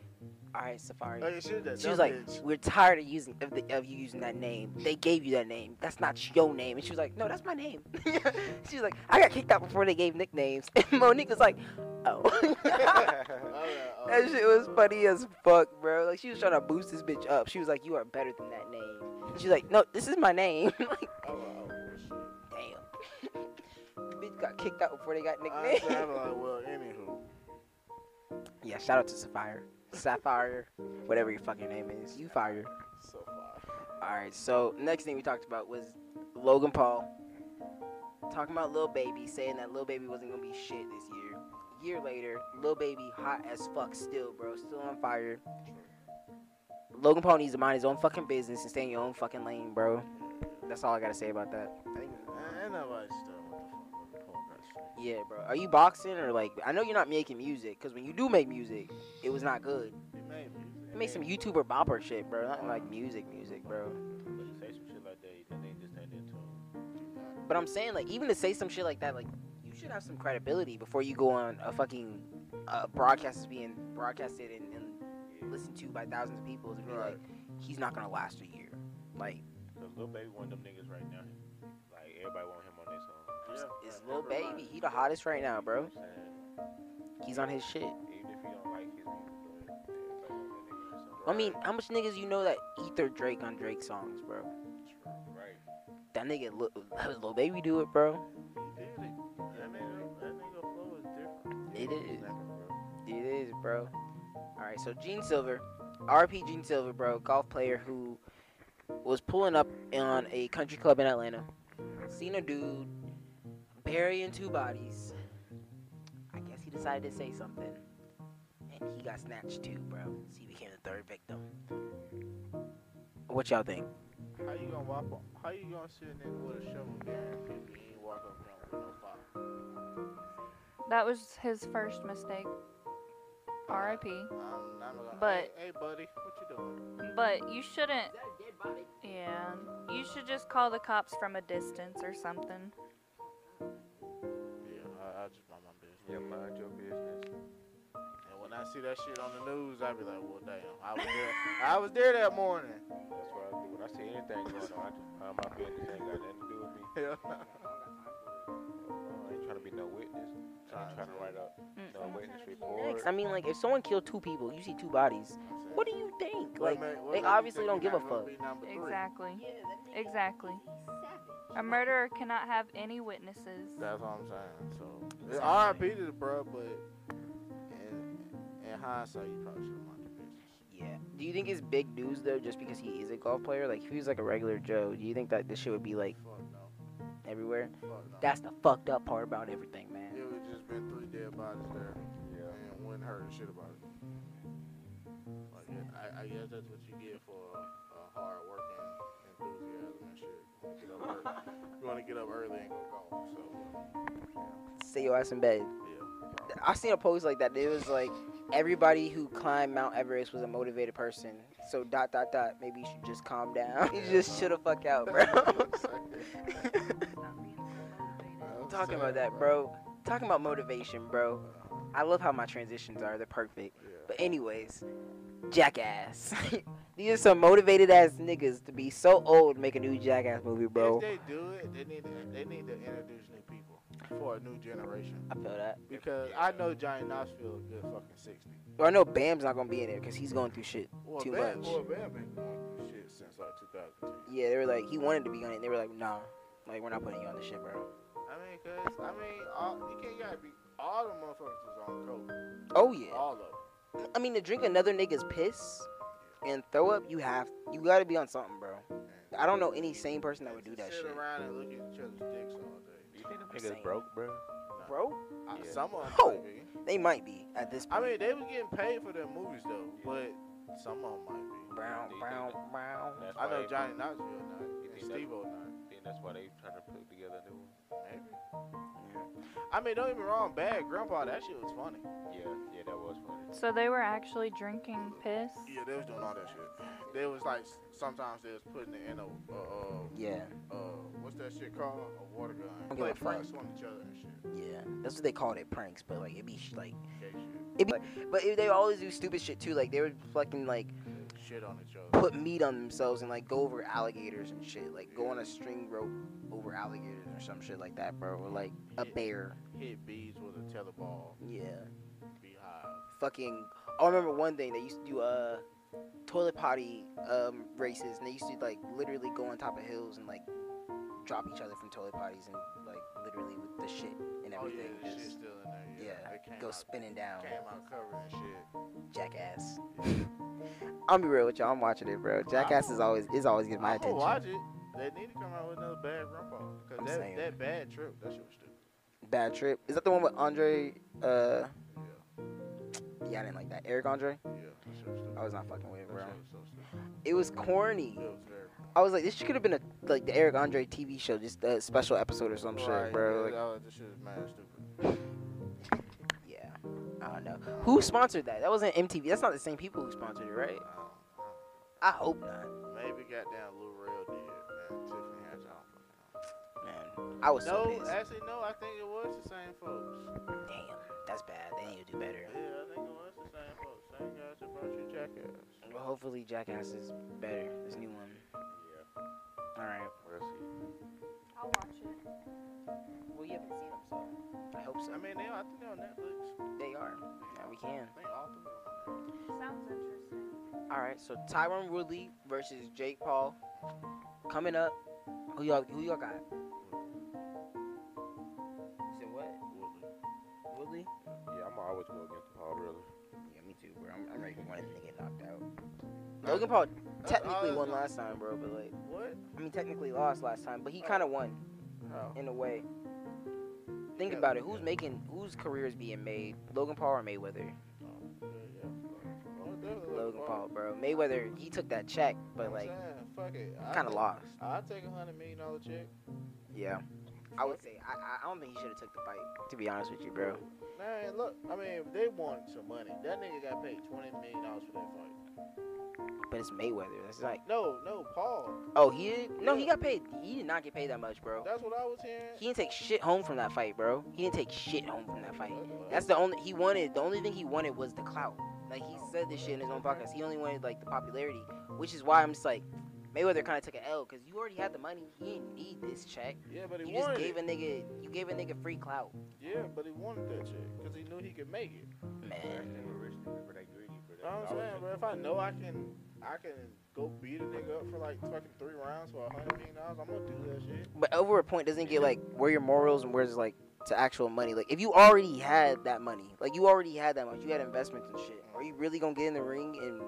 Speaker 1: "All right, Safari."
Speaker 2: Oh, yeah, she was that.
Speaker 1: She
Speaker 2: dumb
Speaker 1: was like,
Speaker 2: bitch.
Speaker 1: "We're tired of using of, the, of you using that name. They gave you that name. That's not your name." And she was like, "No, that's my name." she was like, "I got kicked out before they gave nicknames." And Monique was like, "Oh." that
Speaker 2: Oh, yeah, oh,
Speaker 1: shit was funny as fuck, bro. Like she was trying to boost this bitch up. She was like, "You are better than that name." She's like, "No, this is my name." like,
Speaker 2: Oh, oh, oh, shit.
Speaker 1: damn. bitch got kicked out before they got
Speaker 2: I'm
Speaker 1: nicknames.
Speaker 2: driving like, well, anywho.
Speaker 1: Yeah, shout out to Sapphire. Sapphire, whatever your fucking name is. You fire.
Speaker 2: So far.
Speaker 1: Alright, so next thing we talked about was Logan Paul. Talking about Lil Baby, saying that Lil Baby wasn't gonna be shit this year. Year later, Lil Baby hot as fuck still, bro. Still on fire. Logan Paul needs to mind his own fucking business and stay in your own fucking lane, bro. That's all I gotta say about that.
Speaker 2: I think- I- ain't nobody still what the fuck Logan Paul got shit.
Speaker 1: Yeah, bro. Are you boxing or like? I know you're not making music, cause when you do make music, it was not good.
Speaker 2: He made music.
Speaker 1: Make some YouTuber bopper shit, bro. Not like music, music, bro.
Speaker 4: But you say some shit like that, then they just ain't into
Speaker 1: But I'm saying, like, even to say some shit like that, like, you should have some credibility before you go on a fucking uh, broadcast that's being broadcasted and, and
Speaker 4: it.
Speaker 1: listened to by thousands of people to be like,
Speaker 2: Right.
Speaker 1: he's not gonna last a year. Like,
Speaker 4: Cause Lil Baby one of them niggas right now. Like everybody want him on their song.
Speaker 2: Yeah,
Speaker 1: it's
Speaker 2: like,
Speaker 1: Lil
Speaker 2: everybody.
Speaker 1: Baby. He the hottest right now, bro.
Speaker 4: You know what I'm saying?
Speaker 1: He's on his shit.
Speaker 4: Even if you don't like his music, but everybody want that nigga on their song.
Speaker 1: I mean, how much niggas you know that ether Drake on Drake songs, bro?
Speaker 4: right.
Speaker 1: That nigga, Lil, Lil Baby, do it, bro.
Speaker 2: He did it. That nigga, that nigga flow is different.
Speaker 1: It is.
Speaker 4: Exactly, bro.
Speaker 1: It is, bro. All right, so Gene Silver, RP Gene Silver, bro, golf player who was pulling up on a country club in Atlanta, seen a dude burying two bodies. I guess he decided to say something, and he got snatched too, bro. So he became the third victim. What y'all think?
Speaker 2: How you gonna walk? On, how you gonna shoot a nigga with a shovel behind people? You ain't walk up on with no pop.
Speaker 3: That was his first mistake. R.I.P.
Speaker 2: I'm not gonna.
Speaker 3: But-
Speaker 2: hey, hey, buddy, what you doing?
Speaker 3: But you shouldn't. Yeah, you should just call the cops from a distance or something.
Speaker 2: Yeah, I, I just mind my business.
Speaker 4: Yeah, mind your business.
Speaker 2: And when I see that shit on the news, I be like, well, damn, I was there. I was there that morning.
Speaker 4: That's what I do. When I see anything going on, I just mind my business. Ain't got nothing to do with me.
Speaker 2: Yeah.
Speaker 4: Uh, I ain't trying to be no witness. I ain't trying to write up
Speaker 1: Mm,
Speaker 4: no witness report.
Speaker 1: Next, I mean, like, if someone killed two people, you see two bodies. What do you think? Like,
Speaker 2: ma- what
Speaker 1: they
Speaker 2: make you
Speaker 1: obviously don't
Speaker 2: think you're
Speaker 1: give a
Speaker 2: not gonna
Speaker 1: fuck.
Speaker 2: be number three?
Speaker 3: Exactly. Exactly. A murderer cannot have any witnesses.
Speaker 2: That's what I'm saying. So
Speaker 4: Exactly.
Speaker 2: R.I.P. to the bro, but in, in hindsight, you probably should have mind your business.
Speaker 1: Yeah. Do you think it's big news though, just because he is a golf player? Like, if he was like a regular Joe, do you think that this shit would be like
Speaker 2: Fuck no.
Speaker 1: everywhere?
Speaker 2: Fuck no.
Speaker 1: That's the fucked up part about everything, man.
Speaker 2: It was just been three dead bodies there,
Speaker 4: Yeah.
Speaker 2: and wouldn't hurt a shit about it. Like, yeah, I, I guess that's what you get for uh, hard working enthusiasm and shit. You get up early- You want to get up early and go golf, so
Speaker 1: Stay your ass in bed.
Speaker 2: yeah.
Speaker 1: I seen a post like that. It was like everybody who climbed Mount Everest was a motivated person. So dot dot dot. Maybe you should just calm down. You just chill the fuck out, bro. Talking about that, bro. Talking about motivation, bro. I love how my transitions are. They're perfect.
Speaker 2: Yeah.
Speaker 1: But anyways, jackass. These are some motivated ass niggas to be so old to make a new jackass movie, bro.
Speaker 2: If they do it, they need to, they need to introduce new people. for a new generation.
Speaker 1: I feel that.
Speaker 2: Because I know Johnny Knoxville a good fucking sixty.
Speaker 1: Well, I know Bam's not gonna be in there because he's going through shit.
Speaker 2: Well,
Speaker 1: Too
Speaker 2: Bam,
Speaker 1: much.
Speaker 2: Well, Bam been going through shit since like 2002.
Speaker 1: Yeah, they were like he wanted to be on it. and They were like, nah, like we're not putting you on the shit, bro.
Speaker 2: I mean, cause I mean, all, you can't you gotta be all the motherfuckers was on coke.
Speaker 1: Oh yeah.
Speaker 2: All of them.
Speaker 1: I mean, to drink another nigga's piss and throw up, you have you gotta be on something, bro. I don't know any sane person that would do
Speaker 2: Just
Speaker 1: that
Speaker 2: sit
Speaker 1: shit.
Speaker 2: around and look at each other's dicks all day.
Speaker 4: You think them
Speaker 1: I'm saying.
Speaker 4: niggas broke, bro?
Speaker 1: Bro,
Speaker 2: I,
Speaker 4: Yeah.
Speaker 2: Some of them
Speaker 1: Oh.
Speaker 2: might be.
Speaker 1: they might be at this
Speaker 2: I
Speaker 1: point.
Speaker 2: mean, they was getting paid for their movies though, but some of them might be.
Speaker 1: brown, brown, brown.
Speaker 4: That's
Speaker 2: I
Speaker 4: why
Speaker 2: know
Speaker 4: they-
Speaker 2: Johnny Knoxville not,
Speaker 4: You
Speaker 2: and
Speaker 4: think that-
Speaker 2: Steve O not.
Speaker 4: Think that's why they trying to put together a new one.
Speaker 2: Maybe. I mean, don't get me wrong, Bad Grandpa, that shit was funny.
Speaker 4: Yeah, yeah, that was funny.
Speaker 3: So they were actually drinking piss?
Speaker 2: Yeah, they was doing all that shit. They was like, sometimes they was putting it in a, uh,
Speaker 1: Yeah,
Speaker 2: uh, what's that shit called? A water gun.
Speaker 1: give
Speaker 2: Play
Speaker 1: a fuck.
Speaker 2: pranks on each other and shit.
Speaker 1: yeah. That's what they called it, pranks. But like, it'd be sh- like,
Speaker 2: Gay shit.
Speaker 1: but it, they always do stupid shit too. Like they would fucking like
Speaker 2: Shit on each other.
Speaker 1: put meat on themselves and like go over alligators and shit. Like go on a string rope over alligators or some shit like that, bro. Or like a
Speaker 2: Yeah.
Speaker 1: bear.
Speaker 2: Hit bees with a tetherball.
Speaker 1: Yeah.
Speaker 2: Beehive.
Speaker 1: fucking. I remember one thing they used to do uh toilet potty um races, and they used to like literally go on top of hills and like drop each other from toilet potties and like literally with the shit and
Speaker 2: Oh, yeah,
Speaker 1: everything.
Speaker 2: the shit's
Speaker 1: just,
Speaker 2: still in there. Yeah,
Speaker 1: yeah,
Speaker 2: They came
Speaker 1: go
Speaker 2: out,
Speaker 1: spinning down,
Speaker 2: came out covered and shit.
Speaker 1: jackass. I'll be real with y'all. I'm watching it, bro. Jackass is always is always getting my
Speaker 2: I'm gonna
Speaker 1: attention.
Speaker 2: watch it. They need to come out with another Bad Grandpa.
Speaker 1: I'm
Speaker 2: Because that,
Speaker 1: saying.
Speaker 2: that bad trip, that shit was stupid.
Speaker 1: Bad trip. Is that the one with Andre? Uh,
Speaker 2: Yeah,
Speaker 1: yeah, I didn't like that. Eric Andre.
Speaker 2: yeah, that shit was stupid.
Speaker 1: I was not fucking with it,
Speaker 2: That
Speaker 1: bro.
Speaker 2: shit was so stupid.
Speaker 1: It was corny.
Speaker 2: It was very
Speaker 1: I was like, this could have been a like the Eric Andre TV show, just a special episode or some shit,
Speaker 2: Right,
Speaker 1: bro.
Speaker 2: yeah,
Speaker 1: Like,
Speaker 2: that was- this shit is mad stupid.
Speaker 1: yeah, I don't know. Who sponsored that? That wasn't MTV. That's not the same people who sponsored it, right?
Speaker 2: Um,
Speaker 1: I hope not,
Speaker 2: maybe goddamn Lil Rel did, and Tiffany Haddish. I don't fucking know.
Speaker 1: man. I was so
Speaker 2: No, eh.
Speaker 1: pissed.
Speaker 2: actually, no. I think it was the same folks.
Speaker 1: Damn, that's bad. They need to do
Speaker 2: Yeah,
Speaker 1: better.
Speaker 2: I think it was the same folks. Same guys that brought you jackass.
Speaker 1: Well, hopefully Jackass is better. This new one.
Speaker 4: Yeah,
Speaker 1: All right.
Speaker 4: we'll see.
Speaker 3: I'll watch it.
Speaker 1: Well, you haven't seen them, so I hope so.
Speaker 2: I mean, they, I think they're on Netflix.
Speaker 1: They are. Yeah, we can.
Speaker 2: I think all three of them.
Speaker 3: Sounds interesting.
Speaker 1: All right. So Tyron Woodley versus Jake Paul coming up. Who y'all? Who y'all got? You said what?
Speaker 2: Woodley.
Speaker 1: Woodley?
Speaker 4: Yeah, I'm always go against Paul really.
Speaker 1: Yeah, me too, bro. I'm, I'm ready for one of them to get knocked out. Uh, Logan Paul technically
Speaker 2: all
Speaker 1: won
Speaker 2: it-
Speaker 1: last time, bro, but like,
Speaker 2: What?
Speaker 1: I mean, technically lost last time, but he kind of won
Speaker 2: How?
Speaker 1: in a way. Think
Speaker 2: Yeah,
Speaker 1: about it. Who's
Speaker 2: yeah.
Speaker 1: making, whose career is being made? Logan Paul or Mayweather?
Speaker 2: Oh, yeah, yeah. Oh, definitely
Speaker 1: Logan Paul, bro. Mayweather, he took that check, but like,
Speaker 2: I'm saying, fuck it. I
Speaker 1: kind of
Speaker 2: take-
Speaker 1: lost.
Speaker 2: I'll take a hundred million dollar check.
Speaker 1: Yeah. I would say, I, I- I don't think he should have took the fight, to be honest with you, bro.
Speaker 2: Man, look, I mean, they wanted some money. That nigga got paid twenty million dollars for that fight.
Speaker 1: But it's Mayweather. That's like,
Speaker 2: No, no, Paul.
Speaker 1: oh, he did? No, he got paid. He did not get paid that much, bro.
Speaker 2: That's what I was hearing.
Speaker 1: He didn't take shit home from that fight, bro. He didn't take shit home from that fight.
Speaker 2: Uh,
Speaker 1: That's the only he wanted. The only thing he wanted was the clout. Like he said this shit in his own podcast. He only wanted like the popularity, which is why I'm just like Mayweather kind of took an L because you already had the money. He didn't need this check.
Speaker 2: yeah, but he
Speaker 1: You just
Speaker 2: wanted.
Speaker 1: gave
Speaker 2: it.
Speaker 1: a nigga. You gave a nigga free clout,
Speaker 2: Yeah, but he wanted that shit because he knew he could make it.
Speaker 1: man.
Speaker 4: They were rich niggas, but they greedy, bro.
Speaker 2: You know what I'm saying, bro. If I know I can, I can go beat a nigga up for like fucking three rounds for a hundred million dollars. I'm gonna do that shit.
Speaker 1: But over a point doesn't get like where your morals and where's like to actual money. Like if you already had that money, like you already had that much, you had investments and shit. Are you really gonna get in the ring and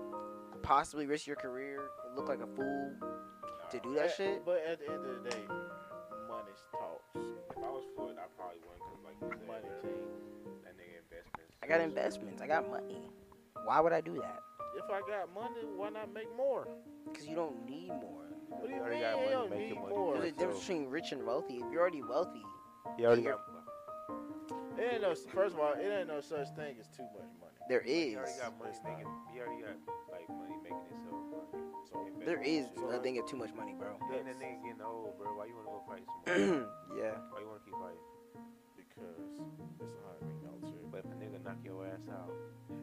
Speaker 1: possibly risk your career and look like a fool to do that
Speaker 2: At-
Speaker 1: shit?
Speaker 2: But at the end of the day, money's talks.
Speaker 4: If I was for it, I probably wouldn't, cause like you said,
Speaker 2: Money
Speaker 4: bro,
Speaker 2: team.
Speaker 4: that nigga investments.
Speaker 1: I got investments. I got money. Why would I do that?
Speaker 2: If I got money, why not make more?
Speaker 1: Because you don't need more.
Speaker 2: What do you
Speaker 4: You
Speaker 2: mean?
Speaker 4: already got money,
Speaker 2: You don't
Speaker 4: make
Speaker 2: need
Speaker 4: your money.
Speaker 2: more.
Speaker 1: There's a
Speaker 4: Right,
Speaker 1: difference
Speaker 4: so-
Speaker 1: between rich and wealthy. If you're already wealthy,
Speaker 4: He
Speaker 1: already got-
Speaker 2: It ain't no. First of all, it ain't no such thing as too much money.
Speaker 1: there is
Speaker 4: He already got money
Speaker 2: It's
Speaker 4: making. He already got like money making itself.
Speaker 2: So
Speaker 1: there is
Speaker 2: So-
Speaker 1: a thing of too much money, bro.
Speaker 4: And that nigga getting old, bro. Why you wanna go fight some more?
Speaker 1: yeah.
Speaker 4: Why you wanna keep fighting?
Speaker 2: because it's a hundred million dollar chick.
Speaker 4: But if a nigga knock your ass out,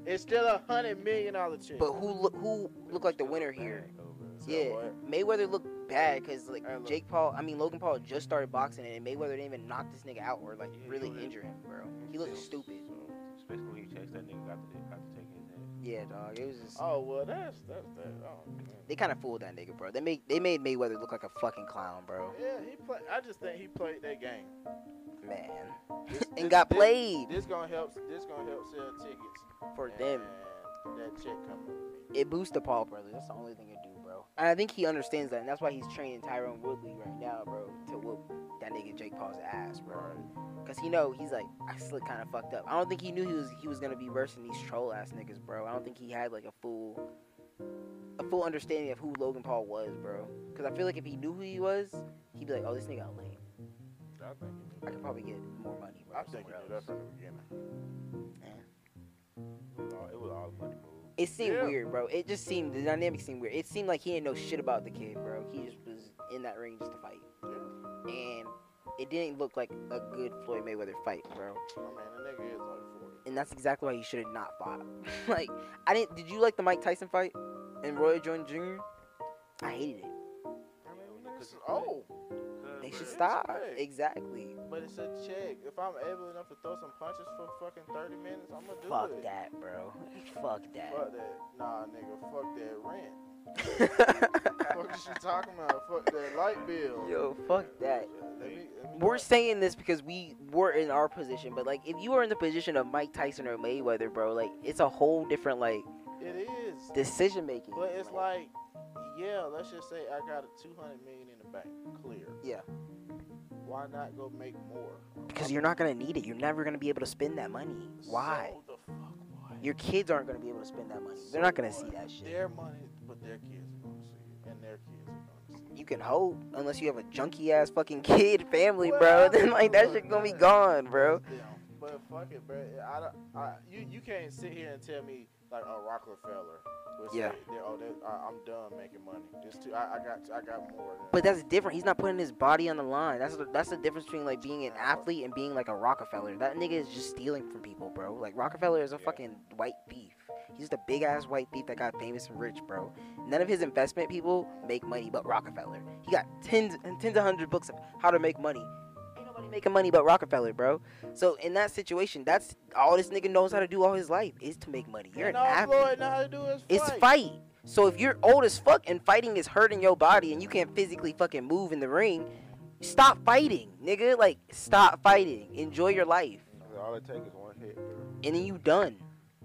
Speaker 2: It's still a hundred million dollar chick.
Speaker 1: But who look who looked like the winner here?
Speaker 4: Though, bro.
Speaker 2: So
Speaker 1: Yeah.
Speaker 2: what?
Speaker 1: Mayweather looked bad because like
Speaker 2: Alright, look.
Speaker 1: Jake Paul, I mean Logan Paul just started boxing and Mayweather didn't even knock this nigga out or like
Speaker 4: Yeah, he
Speaker 1: really
Speaker 4: was-
Speaker 1: injure him, bro. He looked stupid.
Speaker 4: Especially when he checks that nigga got to, got to take his head.
Speaker 1: Yeah, dog. It was just
Speaker 2: Oh well, that's that's that. Oh, man.
Speaker 1: they kind of fooled that nigga, bro. They made they made Mayweather look like a fucking clown, bro.
Speaker 2: Yeah, he play. I just think he played that game
Speaker 1: Man,
Speaker 2: This-
Speaker 1: and
Speaker 2: this-
Speaker 1: got
Speaker 2: this-
Speaker 1: played
Speaker 2: This gonna help. This gonna help sell tickets.
Speaker 1: for
Speaker 2: and
Speaker 1: them.
Speaker 2: That check coming.
Speaker 1: It boosts the Paul brothers. That's the only thing it do, bro. And I think he understands that, and that's why he's training Tyrone Woodley right now, bro, to whoop that nigga Jake Paul's ass, bro. Cause he know he's like I slick kind of fucked up. I don't think he knew he was he was gonna be worse than these troll ass niggas, bro. I don't think he had like a full a full understanding of who Logan Paul was, bro. Cause I feel like if he knew who he was, he'd be like, oh, this nigga a lame.
Speaker 2: I think. It
Speaker 1: I could probably get more money, bro.
Speaker 2: I think
Speaker 1: somewhere
Speaker 2: it
Speaker 1: else."
Speaker 2: up from the beginning.
Speaker 4: It was all, it was all a money move.
Speaker 1: It seemed
Speaker 2: Yeah.
Speaker 1: weird, bro. It just seemed the dynamic seemed weird. It seemed like he didn't know shit about the kid, bro. He just was in that ring just to fight, and it didn't look like a good Floyd Mayweather fight, bro.
Speaker 2: I mean, the nigga is like forty.
Speaker 1: and that's exactly why he should have not fought. like, I didn't. Did you like the Mike Tyson fight and Roy Jones Jr.? I hated it.
Speaker 2: I mean,
Speaker 4: Yeah,
Speaker 2: niggas
Speaker 4: cause
Speaker 2: is
Speaker 4: it's
Speaker 2: old,
Speaker 1: They
Speaker 2: Bruh,
Speaker 1: should
Speaker 2: Oh, it's
Speaker 1: stop.
Speaker 2: big.
Speaker 1: Exactly.
Speaker 2: but it's a check. If I'm able enough to throw some punches for fucking thirty minutes, I'm gonna do
Speaker 1: Fuck
Speaker 2: it.
Speaker 1: that, bro. Fuck
Speaker 2: Fuck that. Nah, nigga. Fuck that rent.
Speaker 1: that.
Speaker 2: fuck is you talking about? Fuck that light bill.
Speaker 1: Yo, fuck that.
Speaker 2: Let me, let me
Speaker 1: We're saying this because we were in our position, but like, if you were in the position of Mike Tyson or Mayweather, bro, like, it's a whole different like
Speaker 2: It is.
Speaker 1: decision making.
Speaker 2: But it's like, yeah, let's just say I got a two hundred million in the bank, clear.
Speaker 1: Yeah.
Speaker 2: Why not go make more?
Speaker 1: because you're not gonna need it. You're never gonna be able to spend that money. Why?
Speaker 2: So the fuck why?
Speaker 1: Your kids aren't gonna be able to spend that money. They're not gonna see
Speaker 2: So
Speaker 1: that shit.
Speaker 2: Their money, but their kids are gonna see it, and their kids are gonna see it.
Speaker 1: You can hope, unless you have a junky ass fucking kid family,
Speaker 2: Well,
Speaker 1: bro.
Speaker 2: I
Speaker 1: Then like that
Speaker 2: mean,
Speaker 1: shit gonna be
Speaker 2: yeah.
Speaker 1: gone, bro.
Speaker 2: Yeah, But fuck it, bro. I don't. I, you you can't sit here and tell me like a Rockefeller. would say,
Speaker 1: Yeah.
Speaker 2: "They're- oh, they I, I'm done making money. It's too. I, I got. I got more. than-
Speaker 1: But that's different. He's not putting his body on the line. That's the, that's the difference between like being an athlete and being like a Rockefeller. That nigga is just stealing from people, bro. Like Rockefeller is a
Speaker 4: Yeah.
Speaker 1: fucking white thief. He's the big ass white thief that got famous and rich, bro. None of his investment people make money but Rockefeller. He got tens and tens of hundred books of how to make money. Ain't nobody making money but Rockefeller, bro. So in that situation, that's all this nigga knows how to do all his life is to make money. You're
Speaker 2: and
Speaker 1: an
Speaker 2: all
Speaker 1: athlete.
Speaker 2: Floyd know how to do is fight.
Speaker 1: It's fight. So if you're old as fuck and fighting is hurting your body and you can't physically fucking move in the ring, stop fighting, nigga. Like stop fighting. Enjoy your life,
Speaker 4: All it takes is one hit, bro.
Speaker 1: and then you done.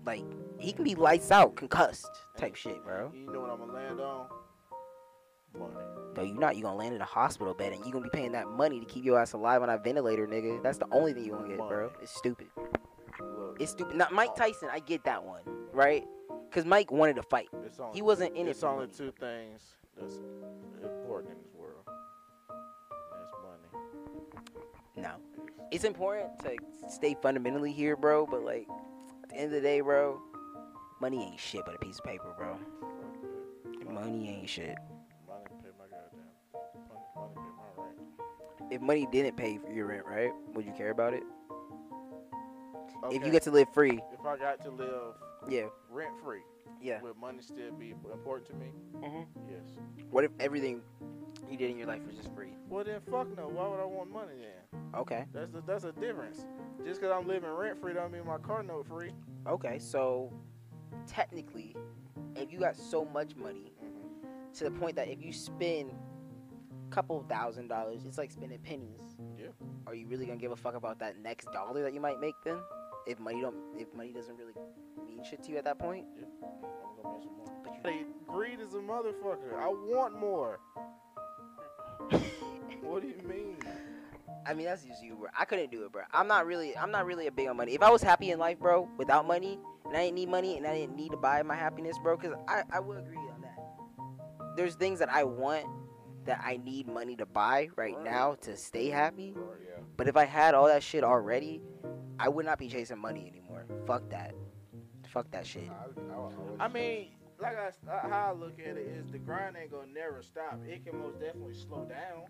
Speaker 1: Like he can be lights out, concussed type shit, bro.
Speaker 2: You know what I'm gonna land on? Money.
Speaker 1: No, you not. You gonna land in a hospital bed and you gonna be paying that money to keep your ass alive on that ventilator, nigga. That's the only thing you gonna get, bro. It's stupid.
Speaker 2: Look,
Speaker 1: It's stupid. Not Mike Tyson. I get that one, right? Cause Mike wanted to fight.
Speaker 2: it's only
Speaker 1: He wasn't in it.
Speaker 2: it's
Speaker 1: for
Speaker 2: only
Speaker 1: money.
Speaker 2: two things that's important in this world. And That's money.
Speaker 1: No. It's important to stay fundamentally here, bro, but like at the end of the day, bro, money ain't shit but a piece of paper, bro.
Speaker 2: Fuck that. Money,
Speaker 1: Money ain't shit.
Speaker 2: money pay my goddamn. Money, money pay my rent.
Speaker 1: If money didn't pay for your rent, right? Would you care about it? If you
Speaker 2: Okay,
Speaker 1: get to live free,
Speaker 2: if I got to live
Speaker 1: yeah,
Speaker 2: rent free,
Speaker 1: yeah.
Speaker 2: would money still be important to me?
Speaker 1: Mhm.
Speaker 2: Yes.
Speaker 1: What if everything you did in your life was just free?
Speaker 2: Well then, fuck no. Why would I want money then?
Speaker 1: Okay.
Speaker 2: That's the, that's a difference. Just because I'm living rent free don't mean my car note free.
Speaker 1: Okay. So technically, if you got so much money
Speaker 2: Mm-hmm.
Speaker 1: to the point that if you spend a couple thousand dollars, it's like spending pennies.
Speaker 2: Yeah.
Speaker 1: Are you really gonna give a fuck about that next dollar that you might make then? If money don't, if money doesn't really mean shit to you at that point,
Speaker 2: I'm gonna make some money.
Speaker 1: but you,
Speaker 2: Hey, greed is a motherfucker. I want more. what do you mean?
Speaker 1: I mean that's just you, bro. I couldn't do it, bro. I'm not really, I'm not really a big on money. If I was happy in life, bro, without money, and I didn't need money, and I didn't need to buy my happiness, bro, because I, I will agree on that. There's things that I want that I need money to buy right now to stay happy.
Speaker 4: Yeah.
Speaker 1: But if I had all that shit already, I would not be chasing money anymore. Fuck that. Fuck that shit.
Speaker 4: I, I, always-
Speaker 2: I mean, like I, uh, how I look at it is the grind ain't gonna never stop. It can most definitely slow down.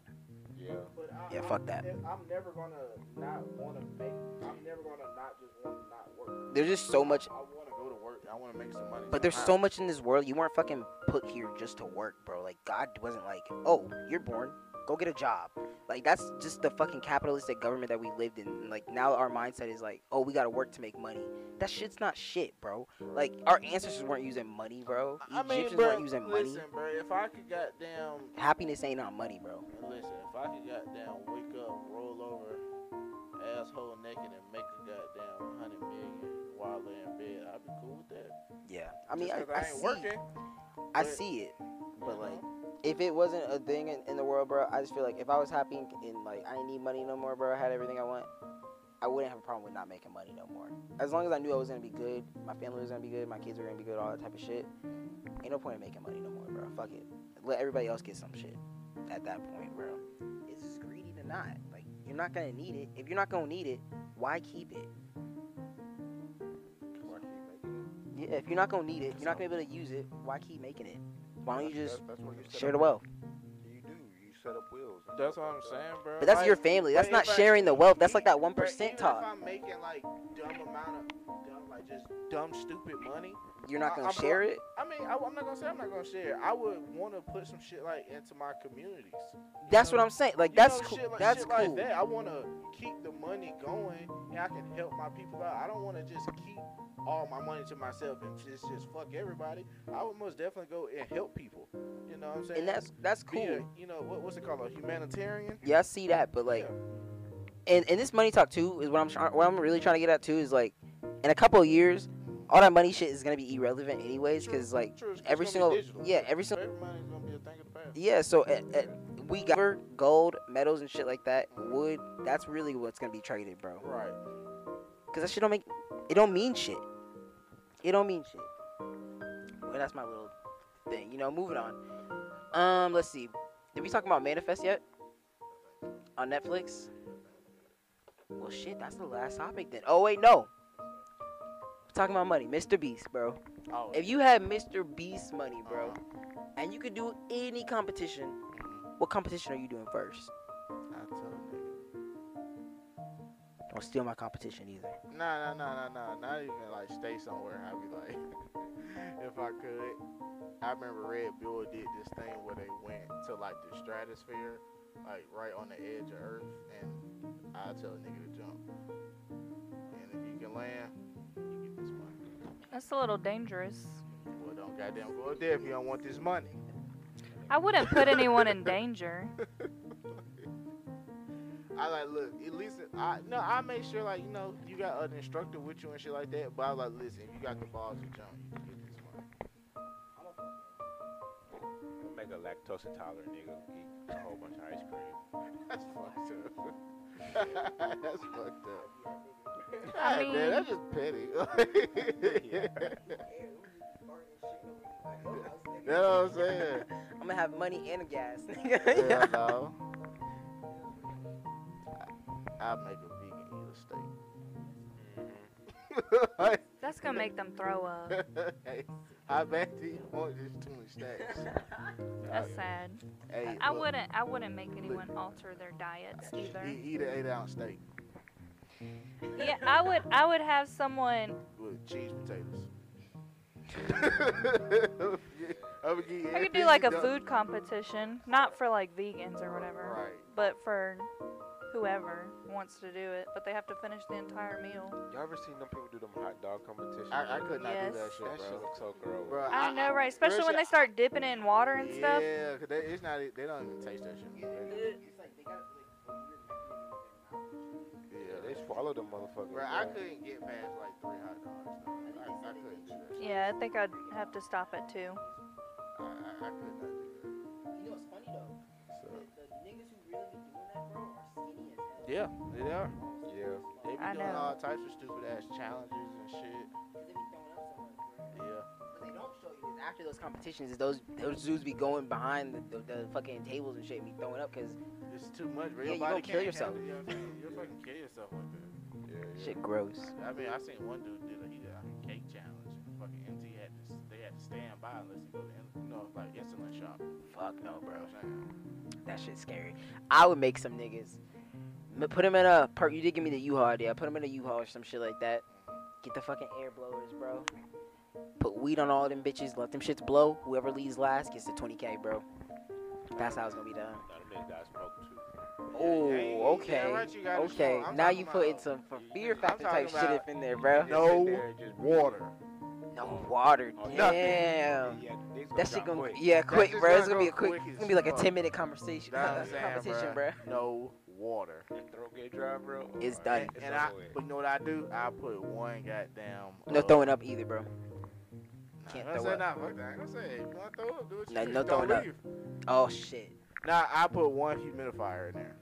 Speaker 4: yeah.
Speaker 2: But I,
Speaker 1: Yeah,
Speaker 2: I'm
Speaker 1: fuck that.
Speaker 2: ne- I'm never gonna not want to make. I'm never gonna not just want to not work.
Speaker 1: There's just so much
Speaker 2: I want to go to work. I want to make some money.
Speaker 1: But there's so much in this world. You weren't fucking put here just to work, bro. Like God wasn't like, oh, you're born, go get a job. Like that's just the fucking capitalistic government that we lived in. And, Like now our mindset is like, oh, we gotta work to make money. That shit's not shit, bro. Like our ancestors weren't using money, bro.
Speaker 2: I mean,
Speaker 1: Egyptians
Speaker 2: bro,
Speaker 1: weren't using money.
Speaker 2: listen, bro. If I could goddamn
Speaker 1: Happiness ain't on money, bro.
Speaker 2: Listen, if I could goddamn wake up, roll over, asshole naked, and make a goddamn hundred million while laying in bed, I'd be cool with that.
Speaker 1: Yeah. I mean,
Speaker 2: Just
Speaker 1: I,
Speaker 2: 'cause
Speaker 1: I,
Speaker 2: ain't
Speaker 1: see,
Speaker 2: working.
Speaker 1: I
Speaker 2: but-
Speaker 1: see it.
Speaker 2: you
Speaker 1: But like,
Speaker 2: know?
Speaker 1: if it wasn't a thing in, in the world, bro, I just feel like if I was happy and, and, like I didn't need money no more, bro, I had everything I want, I wouldn't have a problem with not making money no more. As long as I knew I was gonna be good, my family was gonna be good, my kids were gonna be good, all that type of shit. Ain't no point in making money no more, bro. Fuck it. Let everybody else get some shit. At that point, bro, it's just greedy to not. Like you're not gonna need it. If you're not gonna need it, why keep it?
Speaker 4: Why keep making it?
Speaker 1: Yeah, if you're not gonna need it, you're not gonna be able to use it. Why keep making it? Why don't you
Speaker 4: That's-
Speaker 1: just
Speaker 4: that's where you set
Speaker 1: share
Speaker 4: up
Speaker 1: the wealth?
Speaker 4: You do. You set up wheels. and
Speaker 2: That's
Speaker 4: stuff
Speaker 2: what I'm
Speaker 4: like that.
Speaker 2: saying, bro.
Speaker 1: But that's
Speaker 2: Like,
Speaker 1: your family.
Speaker 2: but
Speaker 1: That's
Speaker 2: if
Speaker 1: not
Speaker 2: I-
Speaker 1: sharing the wealth. That's like that one
Speaker 2: Bro,
Speaker 1: percent
Speaker 2: even If
Speaker 1: talk.
Speaker 2: I'm making like dumb amount of dumb, like just dumb, stupid money,
Speaker 1: You're not
Speaker 2: I-
Speaker 1: gonna
Speaker 2: I'm
Speaker 1: share
Speaker 2: going-
Speaker 1: it.
Speaker 2: I mean, I, am not gonna say I'm not gonna share. I would want to put some shit like into my communities. You
Speaker 1: That's
Speaker 2: know?
Speaker 1: what I'm saying. Like
Speaker 2: You
Speaker 1: that's
Speaker 2: know,
Speaker 1: cool.
Speaker 2: shit like-
Speaker 1: that's
Speaker 2: shit like
Speaker 1: cool.
Speaker 2: that. I want to keep the money going, and I can help my people out. I don't want to just keep all my money to myself and just just fuck everybody. I would most definitely go and help people. You know what I'm saying?
Speaker 1: And that's that's
Speaker 2: Be a-
Speaker 1: cool.
Speaker 2: you know what, what's it called? A humanitarian.
Speaker 1: Yeah, I see that. But like, and and this money talk too is what I'm try- what I'm really trying to get at too is like, in a couple of years, all that money shit is gonna be irrelevant anyways. Cause like, every single- yeah, every single-
Speaker 2: money's gonna be a thing of the past.
Speaker 1: yeah. So eh, eh, we got silver, gold, metals, and shit like that. Wood. That's really what's gonna be traded, bro.
Speaker 2: Right.
Speaker 1: Cause that shit don't make it don't mean shit. It don't mean shit. Well, that's my little thing. You know, moving on. Um, let's see. Did we talk about Manifest yet? On Netflix? Well shit, that's the last topic then. Oh wait, no. We're talking about money. Mr. Beast, bro.
Speaker 2: Oh,
Speaker 1: If you had Mr. Beast money, bro, and you could do any competition, what competition are you doing first?
Speaker 2: I tell a nigga.
Speaker 1: Don't steal my competition either.
Speaker 2: Nah, nah, nah, nah, nah. Not even like stay somewhere. I'd be like, if I could. I remember Red Bull did this thing where they went to like the stratosphere, like right on the edge of Earth, and I tell a nigga to jump. And if you can land, you get this money.
Speaker 3: That's a little dangerous.
Speaker 2: Well, don't goddamn go up there if you don't want this money.
Speaker 3: I wouldn't put anyone in danger.
Speaker 2: I like look. At least I no. I make sure like you know you got an instructor with you and shit like that. But I like listen. If you got the balls to jump, you can get this money.
Speaker 4: I'll Make a lactose intolerant nigga eat a whole bunch of ice cream.
Speaker 2: That's fucked up. That's fucked up.
Speaker 3: I
Speaker 2: God damn, that's
Speaker 3: mean-
Speaker 2: just petty. you know what I'm saying?
Speaker 1: I'm gonna have money and gas.
Speaker 2: Hell no. I, I make a vegan eat a steak. Mm-hmm. like,
Speaker 3: That's gonna make them throw up.
Speaker 2: hey, how bad do you want this too much snacks?
Speaker 3: That's sad.
Speaker 2: Hey,
Speaker 3: I
Speaker 2: look,
Speaker 3: wouldn't. I wouldn't make anyone alter their diets either.
Speaker 2: Eat, eat an eight ounce steak
Speaker 3: Yeah, I would. I would have someone.
Speaker 2: with cheese potatoes. I'm
Speaker 3: I could do like a food competition, not for like vegans or whatever,
Speaker 2: Right.
Speaker 3: but for whoever wants to do it. But they have to finish the entire meal.
Speaker 4: Y'all ever seen them people do them hot dog competitions?
Speaker 2: I, I could not do that
Speaker 3: Yes.
Speaker 2: shit,
Speaker 4: That shit
Speaker 2: bro.
Speaker 4: looks so gross.
Speaker 2: Bro,
Speaker 3: I don't know, right? Especially when they start dipping it in water and stuff.
Speaker 2: Yeah, cause they, it's not. They don't even taste that shit. Yeah,
Speaker 4: Yeah, they swallow them motherfuckers.
Speaker 2: bro, I
Speaker 4: bro.
Speaker 2: couldn't get past like three hot dogs. though. I, I couldn't do that. shit.
Speaker 3: Yeah, I think I'd have to stop at two.
Speaker 2: I, I, I could not do that. So. Yeah, they are.
Speaker 4: Yeah.
Speaker 2: They be
Speaker 3: I
Speaker 2: doing
Speaker 3: know.
Speaker 2: all types of stupid ass challenges and shit. Yeah.
Speaker 1: What they don't show you is after those competitions is those those dudes be going behind the, the, the fucking tables and shit and be throwing up because
Speaker 2: It's too much. bro.
Speaker 1: Yeah,
Speaker 2: Your
Speaker 1: you
Speaker 2: body
Speaker 1: gonna kill
Speaker 2: can't
Speaker 1: yourself.
Speaker 2: handle it, you know what I'm saying? You'll fucking kill yourself with that.
Speaker 4: Yeah, yeah.
Speaker 1: shit gross.
Speaker 2: I mean, I seen one dude did a, he did a cake challenge. and Fucking MT had to, s- they had to stand by unless he go to, in- you know, like insulin shop.
Speaker 1: Fuck no, bro.
Speaker 2: You know what I'm
Speaker 1: That shit's scary. I would make some niggas. M- Put them in a per You did give me the U-Haul idea. Put them in a U-Haul or some shit like that. Get the fucking air blowers, bro. Put weed on all them bitches. Let them shits blow. Whoever leaves last gets the 20k, bro. That's how it's gonna be done.
Speaker 4: Now the niggas got smoke too.
Speaker 1: Oh,
Speaker 2: Yeah, yeah, yeah,
Speaker 1: okay,
Speaker 2: right, you gotta
Speaker 1: okay.
Speaker 2: smoke. I'm
Speaker 1: Now
Speaker 2: talking
Speaker 1: you putting
Speaker 2: about-
Speaker 1: some
Speaker 4: you-
Speaker 1: fear
Speaker 4: I'm
Speaker 1: factor type
Speaker 2: talking
Speaker 1: shit
Speaker 2: about-
Speaker 1: up in there, bro.
Speaker 4: Just
Speaker 2: No
Speaker 4: sit there and just-
Speaker 2: water.
Speaker 1: No water,
Speaker 4: Oh, yeah.
Speaker 1: damn.
Speaker 4: Yeah, niggas
Speaker 1: That shit
Speaker 4: drop
Speaker 1: gonna
Speaker 4: quick.
Speaker 1: yeah, quick,
Speaker 2: just
Speaker 1: bro. It's
Speaker 2: gonna
Speaker 1: gonna be
Speaker 2: go
Speaker 1: a quick.
Speaker 2: quick
Speaker 1: It's
Speaker 2: as
Speaker 1: gonna be like a
Speaker 2: fuck.
Speaker 1: ten minute conversation.
Speaker 2: That's what I'm saying,
Speaker 1: Competition,
Speaker 2: bruh.
Speaker 1: bro.
Speaker 2: No water.
Speaker 4: That throat get dry, bro. Oh,
Speaker 1: It's
Speaker 4: all
Speaker 1: done.
Speaker 4: right,
Speaker 2: And, and
Speaker 4: over
Speaker 2: I,
Speaker 4: with.
Speaker 2: but you know what I do? I put one goddamn.
Speaker 1: No
Speaker 2: uh,
Speaker 1: throwing up either, bro.
Speaker 2: Nah,
Speaker 1: Can't
Speaker 2: I'm
Speaker 1: throw
Speaker 2: saying
Speaker 1: up.
Speaker 2: nah, fuck that. I'm saying, if you want to throw up, do what you
Speaker 1: Nah,
Speaker 2: do.
Speaker 1: no
Speaker 2: Don't
Speaker 1: throwing up.
Speaker 2: leave.
Speaker 1: Oh shit.
Speaker 2: Nah, I put one humidifier in there.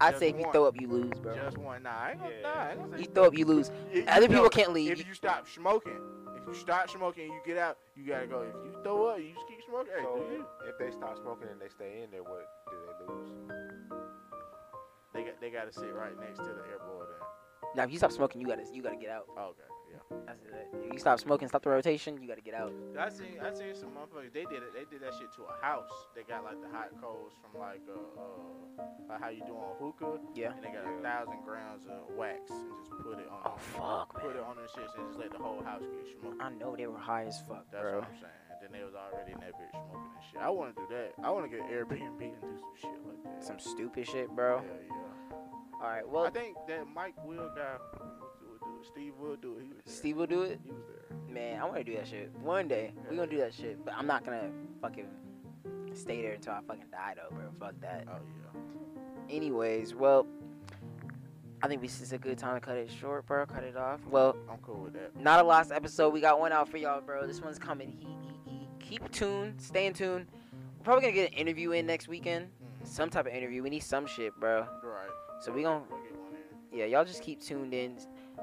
Speaker 1: I
Speaker 2: Just
Speaker 1: say if you
Speaker 2: one.
Speaker 1: throw up, you lose, bro.
Speaker 2: Just one. Nah, I ain't gonna,
Speaker 4: Yeah.
Speaker 2: nah, I ain't gonna say
Speaker 1: You throw up, you lose.
Speaker 2: If
Speaker 1: Other
Speaker 2: you
Speaker 1: people
Speaker 2: throw-
Speaker 1: can't leave.
Speaker 2: If you stop smoking, if you stop smoking, and you get out. You gotta go. If you throw up, you just keep smoking. Hey,
Speaker 4: So
Speaker 2: do you?
Speaker 4: if they stop smoking and they stay in there, what do they lose?
Speaker 2: They got they gotta sit right next to the air blower. Then.
Speaker 1: Now if you stop smoking, you gotta you gotta get out.
Speaker 2: Okay, yeah.
Speaker 1: That's it. If you stop smoking, stop the rotation, you gotta get out.
Speaker 2: I seen I seen some motherfuckers. They did it. They did that shit to a house. They got like the hot coals from like uh, uh like how you do on hookah.
Speaker 1: Yeah.
Speaker 2: And they got
Speaker 4: Yeah.
Speaker 2: a thousand grams of wax and just put it on.
Speaker 1: Oh fuck,
Speaker 2: Put it
Speaker 1: man.
Speaker 2: on the shit and just let the whole house get smoked.
Speaker 1: I know they were high as fuck,
Speaker 2: That's
Speaker 1: bro.
Speaker 2: what I'm saying. And then they was already in that bitch smoking and shit. I want to do that. I want to get Airbnb and do some shit like that.
Speaker 1: Some stupid shit, bro.
Speaker 2: Hell yeah.
Speaker 1: All right,
Speaker 2: I
Speaker 1: well,
Speaker 2: think that Mike Will guy would do it. Steve will do it. He was there.
Speaker 1: Steve will do it.
Speaker 2: He was there.
Speaker 1: Man, I want to do that shit one day. We gonna do that shit, but I'm not gonna fucking stay there until I fucking die, though, bro. Fuck that.
Speaker 2: Oh yeah.
Speaker 1: Anyways, well, I think this is a good time to cut it short, bro. Cut it off. Well,
Speaker 2: I'm cool with that.
Speaker 1: not a lost episode. We got one out for y'all, bro. This one's coming. He, he, he. Keep tuned. Stay in tune. We're probably gonna get an interview in next weekend. Some type of interview. We need some shit, bro.
Speaker 2: Hmm. Right.
Speaker 1: So we gonna
Speaker 2: We'll get one in.
Speaker 1: yeah, y'all just keep tuned in.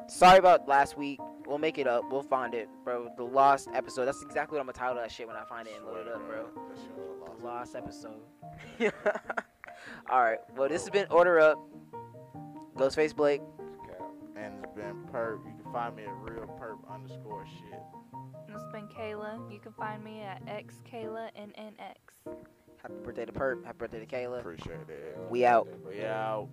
Speaker 1: Sorry about last week. We'll make it up. We'll find it, bro. The lost episode. That's exactly what I'm gonna title that shit when I find it and load it
Speaker 2: Swear to
Speaker 1: up, bro.
Speaker 2: God, That shit was
Speaker 1: The
Speaker 2: a lot.
Speaker 1: lost episode. All right. Well, this has been Order Up. Ghostface Blake.
Speaker 4: Cap.
Speaker 2: And it's been perp. You can find me at real perp underscore shit.
Speaker 3: It's been Kayla. You can find me at xkaylaNNX.
Speaker 1: Happy birthday to Perp. Happy birthday to Kayla.
Speaker 2: Appreciate it.
Speaker 1: We out.
Speaker 2: But yeah.